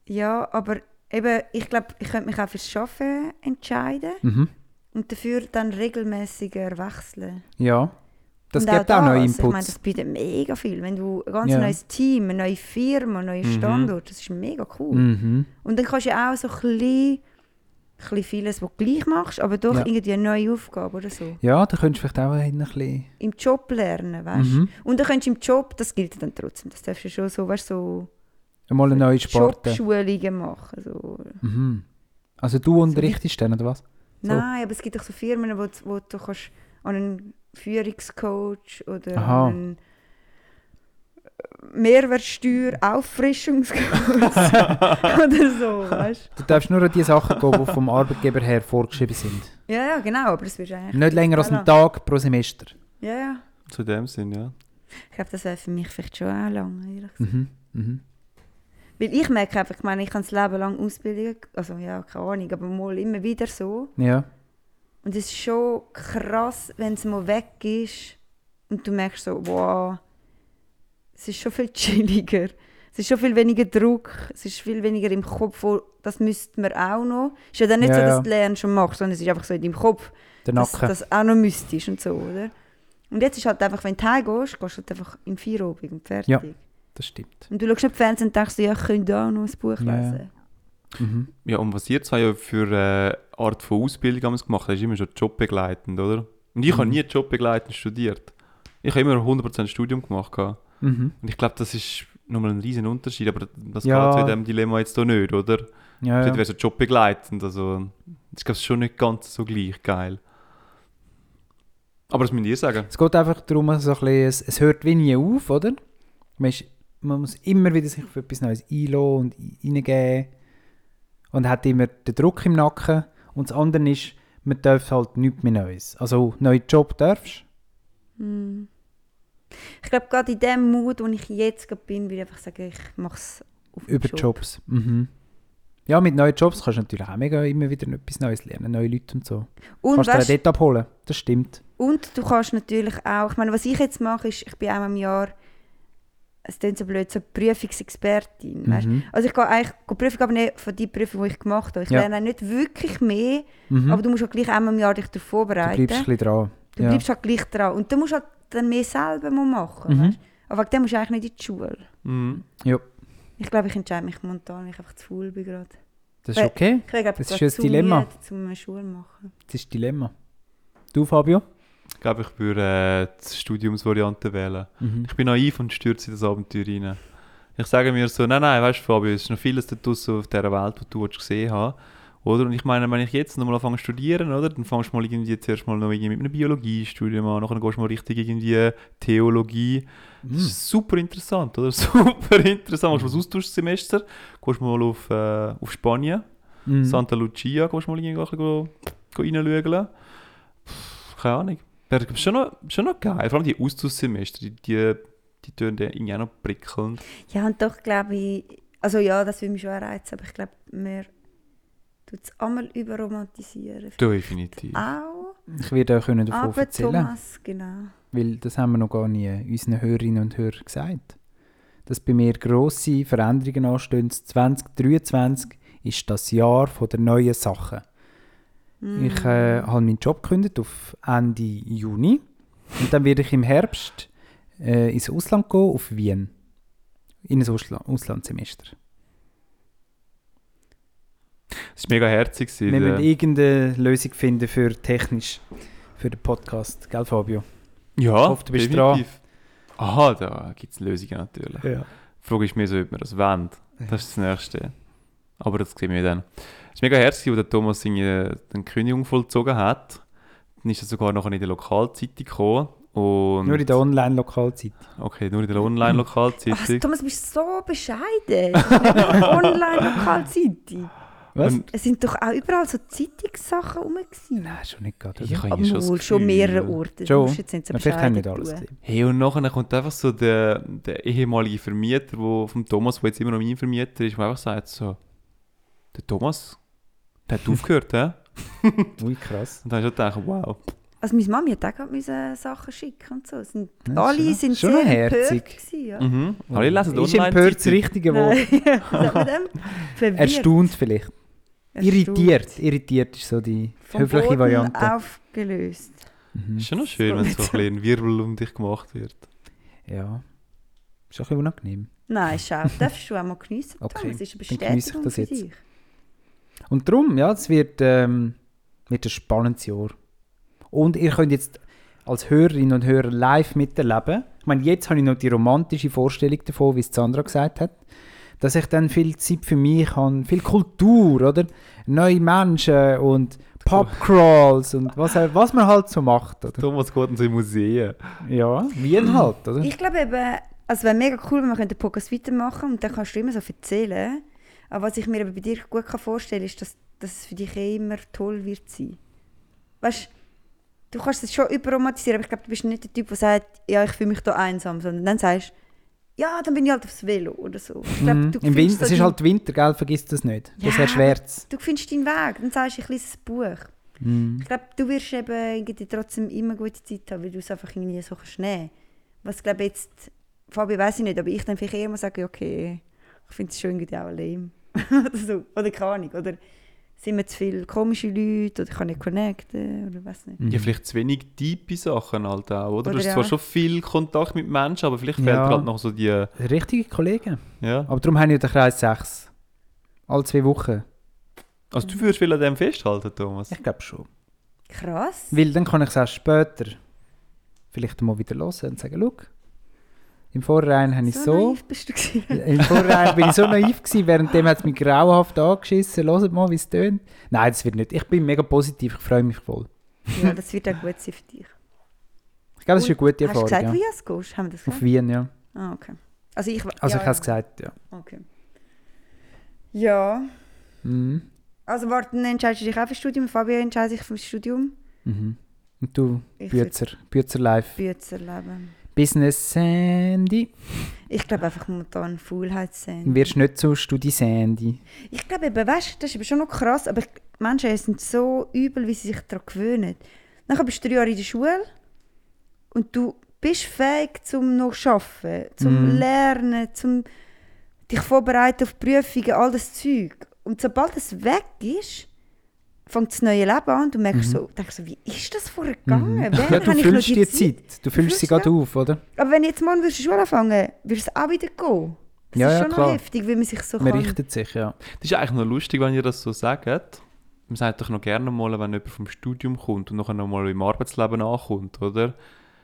Speaker 4: ja, aber eben, ich glaube, ich könnte mich auch fürs Arbeiten entscheiden
Speaker 3: Mhm.
Speaker 4: und dafür dann regelmäßiger wechseln.
Speaker 3: Ja. Das
Speaker 4: und
Speaker 3: gibt auch, neue
Speaker 4: das, Ich meine,
Speaker 3: Inputs.
Speaker 4: das bietet mega viel. Wenn du ein ganz
Speaker 3: Ja.
Speaker 4: neues Team, eine neue Firma, einen neuen Standort, das ist mega cool.
Speaker 3: mhm.
Speaker 4: Und dann kannst du ja auch so ein bisschen, ein bisschen vieles, was du gleich machst, aber doch
Speaker 3: Ja.
Speaker 4: irgendwie eine neue Aufgabe oder so.
Speaker 3: Ja, da könntest du vielleicht auch ein bisschen.
Speaker 4: im Job lernen, weißt
Speaker 3: Mhm.
Speaker 4: Und dann könntest du im Job, das gilt dann trotzdem, das darfst du schon so, weißt so
Speaker 3: Mal eine neue Sparte.
Speaker 4: Jobschulungen machen. So.
Speaker 3: Mhm. Also du unterrichtest dann, oder was?
Speaker 4: Nein, aber es gibt doch so Firmen, wo, du- wo du kannst an einen Führungscoach oder
Speaker 3: Aha.
Speaker 4: an einen äh, Mehrwertsteuer
Speaker 3: (laughs)
Speaker 4: Auffrischungscoach (laughs) oder so, weißt
Speaker 3: Du darfst nur an die Sachen gehen, die vom Arbeitgeber her vorgeschrieben sind.
Speaker 4: du? Ja, ja, genau, aber das wirst du eigentlich.
Speaker 3: Nicht länger als einen Tag pro Semester.
Speaker 4: Ja, ja.
Speaker 5: Zu dem Sinn, ja.
Speaker 4: Ich glaube, das wäre für mich vielleicht schon auch lang, ehrlich gesagt.
Speaker 3: Mhm. Mhm.
Speaker 4: Weil ich merke einfach, ich meine, ich habe das Leben lang Ausbildungen, also ja, keine Ahnung, aber mal immer wieder so.
Speaker 3: Ja.
Speaker 4: Und es ist schon krass, wenn es mal weg ist und du merkst so, wow, es ist schon viel (laughs) chilliger. Es ist schon viel weniger Druck, es ist viel weniger im Kopf, wo, das müsste man auch noch. Es ist ja dann nicht
Speaker 3: Ja,
Speaker 4: so, dass
Speaker 3: ja.
Speaker 4: du die Lernen schon machst, sondern es ist einfach so in deinem Kopf,
Speaker 3: Der
Speaker 4: dass
Speaker 3: Nacken.
Speaker 4: das auch noch mystisch und so, oder? Und jetzt ist halt einfach, wenn du heimgehst, gehst du halt einfach im Feierabend und fertig.
Speaker 3: Ja. Das stimmt.
Speaker 4: Und du schaust nicht Fernsehen und denkst, dir, ja, ich könnte da noch ein Buch
Speaker 3: Ja, ja.
Speaker 4: lesen.
Speaker 3: Mhm.
Speaker 5: Ja, und was ihr zwei ja für eine Art von Ausbildung haben gemacht habt, ist immer schon jobbegleitend, oder? Und ich
Speaker 3: Mhm.
Speaker 5: habe nie jobbegleitend studiert. Ich habe immer 100% Studium gemacht. gehabt.
Speaker 3: Mhm.
Speaker 5: Und ich glaube, das ist nochmal ein riesen Unterschied, aber das
Speaker 3: Ja.
Speaker 5: geht zu dem Dilemma jetzt hier nicht, oder? Ja.
Speaker 3: Ja,
Speaker 5: Dort
Speaker 3: ja.
Speaker 5: wäre so jobbegleitend, also ich glaube, es ist schon nicht ganz so gleich geil. Aber das müsst ihr sagen.
Speaker 3: Es geht einfach darum, so ein bisschen, es, es hört wie nie auf, oder? Man, ist, man muss immer wieder sich für etwas Neues einlassen und ein- reingeben. Und hat immer den Druck im Nacken. Und das andere ist, man darf halt nichts mehr Neues. Also, neuen Job darfst
Speaker 4: Hm. Ich glaube, gerade in dem Mut, wo ich jetzt gerade bin, will ich einfach sagen, ich mache es auf
Speaker 3: über
Speaker 4: den Job.
Speaker 3: Jobs. Mhm. Ja, mit neuen Jobs kannst du natürlich auch mega immer wieder etwas Neues lernen, neue Leute und so.
Speaker 4: Und,
Speaker 3: kannst du
Speaker 4: weißt,
Speaker 3: dir dort abholen, das stimmt.
Speaker 4: und du kannst natürlich auch, ich meine, was ich jetzt mache, ist, ich bin einmal im Jahr, es klingt so blöd, so Prüfungsexpertin. weisst.
Speaker 3: Mhm.
Speaker 4: Also ich gehe eigentlich gehe die Prüfung abnehmen von den Prüfungen, die ich gemacht habe. Ich
Speaker 3: Ja.
Speaker 4: lerne auch nicht wirklich mehr,
Speaker 3: Mhm.
Speaker 4: aber du musst auch gleich einmal im Jahr dich darauf
Speaker 3: du
Speaker 4: vorbereiten.
Speaker 3: bleibst ein bisschen dran.
Speaker 4: Du
Speaker 3: ja.
Speaker 4: bleibst halt gleich dran. Und du musst halt dann mehr selber mal machen.
Speaker 3: Mhm.
Speaker 4: weisst. Aber wegen dem musst du eigentlich nicht in die Schule.
Speaker 5: Mhm.
Speaker 3: ja.
Speaker 4: Ich glaube, ich entscheide mich momentan, weil ich einfach zu faul bin gerade.
Speaker 3: Das ist
Speaker 4: Weil-
Speaker 3: okay.
Speaker 4: Ich glaube,
Speaker 3: Das ist ein Dilemma.
Speaker 4: Zum um Schule machen.
Speaker 3: Das ist ein Dilemma. Du, Fabio?
Speaker 5: Ich glaube, ich würde äh, die Studiumsvariante wählen.
Speaker 3: Mhm.
Speaker 5: Ich bin naiv und stürze in das Abenteuer rein. Ich sage mir so, nein, nein, weißt du, Fabio, es ist noch vieles da draussen auf dieser Welt, was du willst gesehen hast. Oder? Und ich meine, wenn ich jetzt nochmal anfange zu studieren, oder? dann fängst du mal irgendwie zuerst mal noch irgendwie mit einem Biologiestudium an, dann gehst du mal richtig irgendwie Theologie. Das ist super interessant, oder? (laughs) Super interessant. Machst du mal ein Austauschsemester, gehst mal auf, äh, auf Spanien,
Speaker 3: Mhm.
Speaker 5: Santa Lucia, gehst mal irgendwie ein bisschen go- go reinschauen. Pff, Keine Ahnung. Wäre schon noch, schon noch geil. Vor allem die Austauschsemester, die, die, die tun ja irgendwie auch noch prickelnd.
Speaker 4: Ja, und doch glaube ich, also ja, das würde mich schon auch reizen, aber ich glaube, man tut es einmal überromantisieren.
Speaker 5: Definitiv.
Speaker 4: Auch,
Speaker 3: Ich werde euch können davon
Speaker 4: aber
Speaker 3: erzählen
Speaker 4: Thomas, genau.
Speaker 3: weil das haben wir noch gar nie unseren Hörerinnen und Hörern gesagt. Dass bei mir grosse Veränderungen anstehen. 2023 ist das Jahr von der neuen Sachen.
Speaker 4: Mhm.
Speaker 3: Ich äh, habe meinen Job gekündigt auf Ende Juni und dann werde ich im Herbst äh, ins Ausland gehen, auf Wien. In ein Ausla Auslandssemester.
Speaker 5: Es war mega herzig. gewesen,
Speaker 3: Wir
Speaker 5: der-
Speaker 3: müssen irgendeine Lösung finden für technisch, für den Podcast. Gell, Fabio?
Speaker 5: Ja,
Speaker 3: Ich hoffe, du bist
Speaker 5: definitiv. Aha, da gibt es Lösungen natürlich.
Speaker 3: Ja.
Speaker 5: Die Frage ist mir so, ob man das wollen. Das ist das Nächste. Aber das sehen wir dann. Es ist mega herzlich, als der Thomas seine die Kündigung vollzogen hat. Dann ist er sogar noch in der Lokalzeitung gekommen. Und
Speaker 3: Nur in der Online-Lokalzeit.
Speaker 5: okay, nur in der Online-Lokalzeitung.
Speaker 4: Ach, Thomas, du bist so
Speaker 3: (laughs)
Speaker 4: bescheiden. Online-Lokalzeitung.
Speaker 3: Was?
Speaker 5: Und-
Speaker 4: Es sind doch auch überall so Zeitungssachen rum. gewesen.
Speaker 3: Nein, Ah, schon nicht gerade.
Speaker 5: Ich
Speaker 3: oder?
Speaker 5: habe
Speaker 4: Aber
Speaker 5: irgendwie schon,
Speaker 4: wohl,
Speaker 5: das
Speaker 4: schon
Speaker 5: Gefühl- äh.
Speaker 4: mehrere Orte. Du
Speaker 3: Joe,
Speaker 4: musst jetzt nicht so
Speaker 3: na, vielleicht haben wir nicht
Speaker 4: bescheiden
Speaker 3: alles
Speaker 4: tun.
Speaker 3: gesehen.
Speaker 5: Hey, und nachher kommt einfach so der, der ehemalige Vermieter wo, vom Thomas, der jetzt immer noch mein Vermieter ist, der einfach sagt so, der Thomas, der hat aufgehört, hä?
Speaker 3: Ui, krass.
Speaker 5: Und dann habe ich schon gedacht, wow.
Speaker 4: Also meine Mami hat auch gerade müssen Sachen schicken und so. Es Sind,
Speaker 3: Ja,
Speaker 4: alle
Speaker 3: schon-
Speaker 4: sind
Speaker 3: schon
Speaker 4: sehr
Speaker 3: herzig.
Speaker 4: empört gewesen, ja.
Speaker 5: Mhm. Aber ich lese die
Speaker 3: Ist empört das
Speaker 5: Online-Zeitung.
Speaker 3: richtige Wort.
Speaker 4: Nein, (laughs) was sagt man dem?
Speaker 3: (laughs)
Speaker 4: Verwirrt.
Speaker 3: Erstaunt vielleicht. Irritiert. Irritiert ist so die
Speaker 4: Vom
Speaker 3: höfliche
Speaker 4: Boden
Speaker 3: Variante.
Speaker 4: aufgelöst.
Speaker 5: Ist schon noch schön, wenn so ein bisschen ein Wirbel um dich gemacht wird.
Speaker 3: Ja. Ist auch ein bisschen unangenehm.
Speaker 4: Nein, schau, darfst du auch (laughs) mal geniessen,
Speaker 3: Okay,
Speaker 4: Thomas. Es ist eine
Speaker 3: dann geniesse ich
Speaker 4: Bestätigung
Speaker 3: das
Speaker 4: für
Speaker 3: jetzt.
Speaker 4: dich.
Speaker 3: Und darum, ja, es wird, ähm, wird ein spannendes Jahr. Und ihr könnt jetzt als Hörerinnen und Hörer live miterleben. Ich meine, jetzt habe ich noch die romantische Vorstellung davon, wie es Sandra gesagt hat, dass ich dann viel Zeit für mich habe, viel Kultur, oder? Neue Menschen und Pubcrawls und was, was man halt so macht, oder?
Speaker 5: Thomas geht in so Museen.
Speaker 3: Ja, Wien halt, oder?
Speaker 4: Ich glaube eben, also es wäre mega cool, wenn wir den Podcast weitermachen und dann kannst du immer so erzählen. Aber was ich mir eben bei dir gut kann vorstellen kann, ist, dass, dass es für dich eh immer toll wird sein. Weißt du, du kannst es schon überromantisieren, aber ich glaube, du bist nicht der Typ, der sagt, ja, ich fühle mich da einsam, sondern dann sagst du, ja, dann bin ich halt aufs Velo oder so. Ich glaube,
Speaker 3: Mhm.
Speaker 4: du
Speaker 3: Im
Speaker 4: findest
Speaker 3: Winter,
Speaker 4: so
Speaker 3: es ist
Speaker 4: deinen-
Speaker 3: halt Winter, gell? vergiss das nicht. Das
Speaker 4: Ja.
Speaker 3: wäre schwärz.
Speaker 4: Du findest deinen Weg, dann sagst du, ich lese ein Buch.
Speaker 3: Mhm.
Speaker 4: Ich glaube, du wirst eben irgendwie trotzdem immer gute Zeit haben, weil du es einfach irgendwie so kannst nehmen Was glaube ich jetzt, Fabi weiß ich nicht, aber ich dann vielleicht eher mal sagen, okay, ich finde es schon irgendwie auch lame. (laughs) oder so, oder keine Ahnung, oder sind mir zu viele komische Leute, oder ich kann nicht connecten, oder weiß
Speaker 3: Mhm.
Speaker 4: nicht.
Speaker 5: Ja, vielleicht zu wenig tiefe Sachen halt auch,
Speaker 4: Oder
Speaker 5: oder? du hast zwar
Speaker 4: ja.
Speaker 5: schon viel Kontakt mit Menschen, aber vielleicht
Speaker 3: Ja.
Speaker 5: fehlt dir halt noch so die...
Speaker 3: Richtige Kollegen.
Speaker 5: Ja.
Speaker 3: Aber darum haben wir den Kreis 6. Alle zwei Wochen.
Speaker 5: Also du würdest viel an dem festhalten, Thomas.
Speaker 3: Ich glaube schon.
Speaker 4: Krass.
Speaker 3: Weil dann kann ich es auch später vielleicht mal wieder hören und sagen, schau, im Vorrein habe ich so...
Speaker 4: naiv bist du gewesen.
Speaker 3: (laughs) Im Vorrein bin ich so naiv gewesen, währenddem hat es mich grauenhaft angeschissen. Hört mal, wie es tönt. Nein, das wird nicht. Ich bin mega positiv, ich freue mich voll.
Speaker 4: ja, das wird auch gut sein für dich.
Speaker 3: Ich glaube, es ist eine gute
Speaker 4: Hast du
Speaker 3: Erfahrung.
Speaker 4: gesagt,
Speaker 3: ja.
Speaker 4: wie es gehst? Haben wir das
Speaker 3: Auf
Speaker 4: gesagt?
Speaker 3: Wien, ja.
Speaker 4: Ah, okay. Also ich,
Speaker 3: Also
Speaker 4: ja,
Speaker 3: ich habe es gesagt, ja.
Speaker 4: Okay. Ja.
Speaker 3: Mhm.
Speaker 4: Also warte, dann entscheidest du dich auch fürs Studium. Fabio entscheidet sich fürs Studium.
Speaker 3: Mhm. Und du,
Speaker 4: Ich
Speaker 3: Bützer, Bützer Live.
Speaker 4: Bützerleben.
Speaker 3: Business Sandy.
Speaker 4: Ich glaube einfach momentan Faulheit
Speaker 3: Du
Speaker 4: sein.
Speaker 3: wirst nicht so Studi Sandy.
Speaker 4: Ich glaube eben, weißt, du, das ist eben schon noch krass, aber ich, Menschen sind so übel, wie sie sich daran gewöhnen. Nachher bist du drei Jahre in der Schule und du bist fähig, zum noch zu arbeiten, zum
Speaker 3: Mhm.
Speaker 4: lernen, zum dich vorbereiten auf Prüfungen, all das Zeug. Und sobald es weg ist, fängt das neue Leben an und du merkst so, denkst so, wie ist das vorher gegangen?
Speaker 3: Mhm.
Speaker 4: Wann
Speaker 3: (laughs) Ja, du
Speaker 4: habe ich noch
Speaker 3: füllst die Zeit. Du füllst sie
Speaker 4: fühlst,
Speaker 3: gerade auf, oder?
Speaker 4: Aber wenn ich jetzt morgen würdest du Schule anfangen würdest du es auch wieder gehen. Das
Speaker 3: Ja,
Speaker 4: ist
Speaker 3: ja,
Speaker 4: schon
Speaker 3: klar.
Speaker 4: noch heftig, wie man sich so
Speaker 3: Man
Speaker 4: kann.
Speaker 3: richtet sich, ja.
Speaker 5: Das ist eigentlich noch lustig, wenn ihr das so sagt. Man sagt doch noch gerne mal, wenn jemand vom Studium kommt und nachher noch mal im Arbeitsleben ankommt, oder?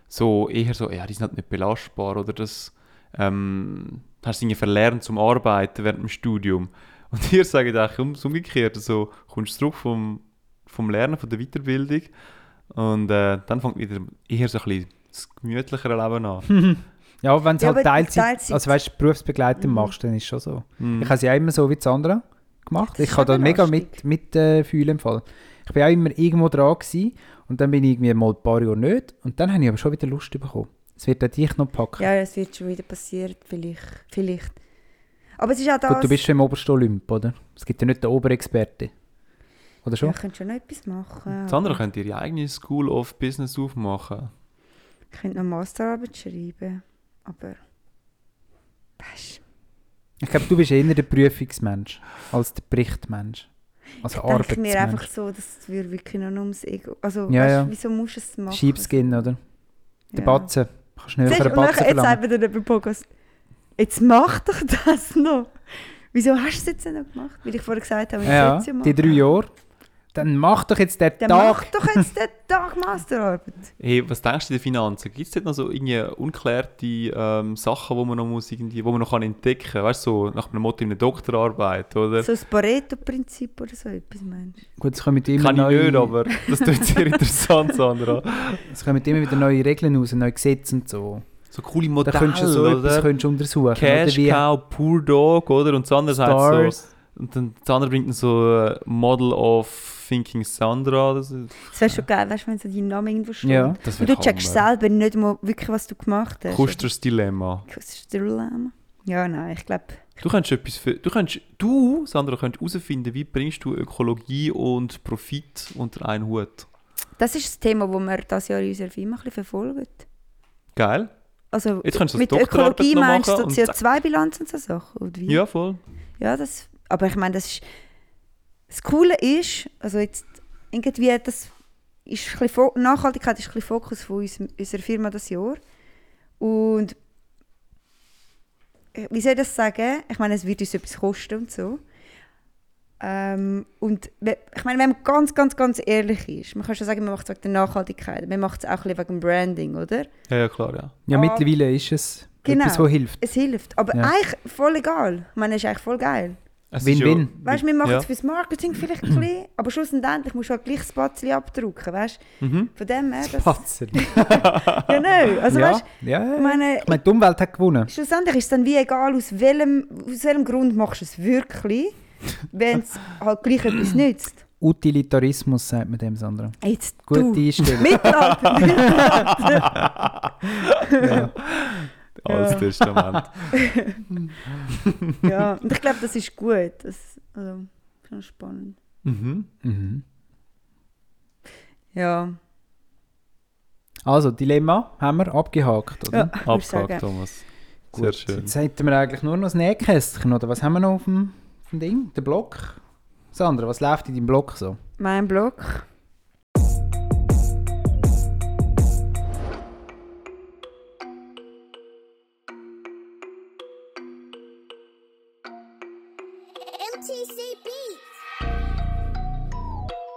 Speaker 5: So eher so, ja, die sind halt nicht belastbar, oder das ähm, hast du irgendwie verlernt zum Arbeiten während dem Studium. (laughs) Und ihr sagt eigentlich um- das Umgekehrte, so kommst du zurück vom, vom Lernen, von der Weiterbildung und äh, dann fängt wieder eher so ein bisschen das gemütlichere Leben an.
Speaker 3: Ja, wenn es
Speaker 4: Ja,
Speaker 3: halt
Speaker 4: aber
Speaker 3: Teilzeit,
Speaker 4: Teilzeit- Mhm.
Speaker 3: also weißt du, berufsbegleitend machst, dann ist schon so. Ich habe es ja immer so wie Sandra gemacht.
Speaker 4: Das
Speaker 3: ich
Speaker 4: ist
Speaker 3: kann da
Speaker 4: eben
Speaker 3: mega mit,
Speaker 4: lustig.
Speaker 3: mit äh, fühlen im Fall. Ich bin auch immer irgendwo dran gewesen, und dann bin ich irgendwie mal ein paar Jahre nicht und dann habe ich aber schon wieder Lust bekommen. Es wird auch dich noch packen.
Speaker 4: Ja, es wird schon wieder passiert, vielleicht. vielleicht. Aber es ist auch das...
Speaker 3: Gut, du bist schon im obersten Olymp, oder? Es gibt ja nicht den Oberexperte. Oder
Speaker 4: ja,
Speaker 3: schon?
Speaker 4: ich könnte schon noch etwas machen.
Speaker 5: Sandra, könnt ihr ihre eigene School of Business aufmachen?
Speaker 4: Ich könnte noch Masterarbeit schreiben, aber... Weisst du,
Speaker 3: Ich glaube, du bist eher der Prüfungsmensch als der Berichtmensch. Also
Speaker 4: ich denke mir einfach
Speaker 3: Arbeitsmensch.
Speaker 4: so, das würde wirklich nur ums Ego... Also,
Speaker 3: Ja,
Speaker 4: weisst du,
Speaker 3: ja.
Speaker 4: wieso musst du es machen?
Speaker 3: Schiebskin, oder? Der
Speaker 4: Ja.
Speaker 3: Batzen. Kannst du nicht
Speaker 4: Siehst
Speaker 3: für
Speaker 4: du,
Speaker 3: den
Speaker 4: und
Speaker 3: Batzen
Speaker 4: nachher- jetzt
Speaker 3: verlangen.
Speaker 4: sagt mir dann jemand Podcast, jetzt mach doch das noch. Wieso hast du es jetzt noch gemacht? Weil ich vorher gesagt habe, ich
Speaker 3: Ja,
Speaker 4: soll's ja
Speaker 3: die
Speaker 4: machen.
Speaker 3: drei Jahre. Dann mach doch jetzt den Tag.
Speaker 4: Dann mach doch jetzt den Tag
Speaker 3: (laughs)
Speaker 4: Masterarbeit.
Speaker 5: Hey, was denkst du in den Finanzen? Gibt es dort noch so irgendwie unklärte ähm, Sachen, wo man noch muss irgendwie, wo man noch kann entdecken kann? Weißt du, so nach einem Motto in einer Doktorarbeit, oder?
Speaker 4: So das Pareto-Prinzip oder so etwas, meinst du?
Speaker 3: Gut, es kommen immer,
Speaker 5: kann ich
Speaker 3: neue,
Speaker 5: nicht, aber das
Speaker 3: (laughs)
Speaker 5: klingt sehr interessant, Sandra.
Speaker 3: es kommen immer wieder neue Regeln raus, neue Gesetze und so.
Speaker 5: So coole
Speaker 3: Da
Speaker 5: Modelle,
Speaker 3: könntest du so etwas
Speaker 5: oder?
Speaker 3: könntest du untersuchen.
Speaker 5: Cash also
Speaker 3: oder
Speaker 5: Cow, Poor Dog, oder? Und Sandra
Speaker 3: wie
Speaker 5: sagt so...
Speaker 3: Stars.
Speaker 5: Und dann Sandra bringt dann so äh, Model of Thinking Sandra. Das,
Speaker 4: Das wäre schon geil, weißt du, wenn so dein Name irgendwo steht.
Speaker 3: Ja.
Speaker 5: das
Speaker 4: Und
Speaker 5: wär
Speaker 4: du checkst
Speaker 5: Hammer.
Speaker 4: selber nicht mal wirklich, was du gemacht hast.
Speaker 5: Kusters Dilemma.
Speaker 4: Kusterlama. Ja, nein, ich glaube,
Speaker 5: Du könntest etwas für, du könntest, du, Sandra, könntest herausfinden, wie bringst du Ökologie und Profit unter einen Hut.
Speaker 4: das ist das Thema, das wir dieses Jahr in unserer Firma ein bisschen verfolgen.
Speaker 5: Geil?
Speaker 4: Also
Speaker 5: Jetzt kannst du das
Speaker 4: mit
Speaker 5: Doktorarbeit
Speaker 4: Ökologie
Speaker 5: noch
Speaker 4: meinst du
Speaker 5: machen
Speaker 4: so
Speaker 5: und
Speaker 4: CO2-Bilanz und so Sachen? Oder
Speaker 3: Mhm.
Speaker 4: wie?
Speaker 5: Ja, voll.
Speaker 4: Ja, das, aber ich meine, das ist. Das Coole ist, also jetzt irgendwie, das ist ein bisschen, Fo- Nachhaltigkeit ist ein bisschen Fokus von uns, unserer Firma das Jahr. Und äh, wie soll ich das sagen? Ich meine, es wird uns etwas kosten und so. Ähm, und we- ich meine, wenn man ganz, ganz, ganz ehrlich ist, man kann schon sagen, man macht es wegen der Nachhaltigkeit, man macht es auch ein bisschen wegen dem Branding, oder?
Speaker 5: Ja, ja, klar, ja.
Speaker 3: Ja,
Speaker 4: Ah.
Speaker 3: mittlerweile ist es
Speaker 4: Genau.
Speaker 3: etwas, was hilft.
Speaker 4: Es hilft, aber
Speaker 3: Ja.
Speaker 4: eigentlich voll egal. Ich meine, es ist eigentlich voll geil.
Speaker 5: Es ist
Speaker 3: Win-win.
Speaker 5: ja-
Speaker 4: Weißt du, wir machen
Speaker 5: ja.
Speaker 4: es fürs Marketing vielleicht ein bisschen, aber schlussendlich musst du halt gleich das Batzli abdrucken, weißt du? Von dem her, das... (laughs)
Speaker 3: Patzer.
Speaker 4: Ja, nein, also
Speaker 3: ja,
Speaker 4: weißt
Speaker 3: ja, ja.
Speaker 4: du, ich
Speaker 3: Ich meine,
Speaker 4: meine,
Speaker 3: die Umwelt hat gewonnen.
Speaker 4: schlussendlich ist es dann wie egal, aus welchem, aus welchem Grund machst du es wirklich, wenn es halt gleich etwas nützt.
Speaker 3: Utilitarismus sagt man dem, Sandra.
Speaker 4: Jetzt
Speaker 3: Gute
Speaker 4: du,
Speaker 3: Einstellung.
Speaker 4: Mittelalter, Mittelalter.
Speaker 5: Als
Speaker 3: (laughs)
Speaker 5: Testament.
Speaker 4: (laughs) ja, und ich glaube, das ist gut, das also, schon spannend.
Speaker 5: mhm.
Speaker 3: mhm.
Speaker 4: Ja,
Speaker 3: Also, Dilemma haben wir abgehakt, oder?
Speaker 4: ja würd ich
Speaker 5: Mhm. Abgehakt,
Speaker 4: sagen.
Speaker 5: Thomas.
Speaker 3: Gut,
Speaker 5: Sehr schön.
Speaker 3: Jetzt hätten wir eigentlich nur noch das Nähkästchen, oder? Was haben wir noch auf dem, auf dem Ding? Der Block? Sandra, was läuft in deinem Block so?
Speaker 4: Mein Blog.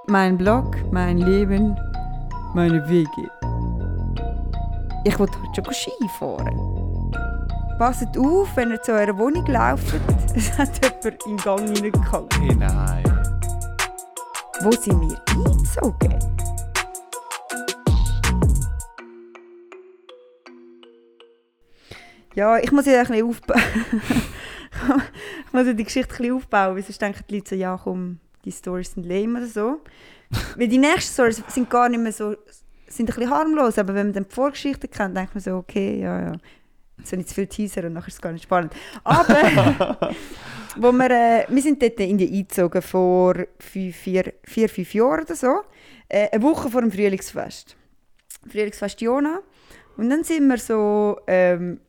Speaker 4: Mein Blog, mein Leben, meine Wege. Ich wollte heute schon Ski fahren. Passt auf, wenn ihr zu eurer Wohnung (laughs) lauft. Es hat jemand in den Gang reingekommen.
Speaker 5: Hey, nein.
Speaker 4: Wo sind wir eingezogen? Ja, ich muss ja ein bisschen aufbauen. (laughs) ich muss ja die Geschichte ein bisschen aufbauen, weil sonst denken die Leute so, ja komm, die Stories sind lame oder so. weil die nächsten Stories sind gar nicht mehr so, sind ein bisschen harmlos, aber wenn man dann die Vorgeschichte kennt, denkt man so, okay, ja, ja. Jetzt habe ich zu viel Teaser und nachher ist es gar nicht spannend. Aber, wo wir, äh, wir sind dort in die eingezogen vor fünf, vier, vier, fünf Jahren oder so. Äh, eine Woche vor dem Frühlingsfest. Frühlingsfest Jona. Und dann sind wir so, ähm,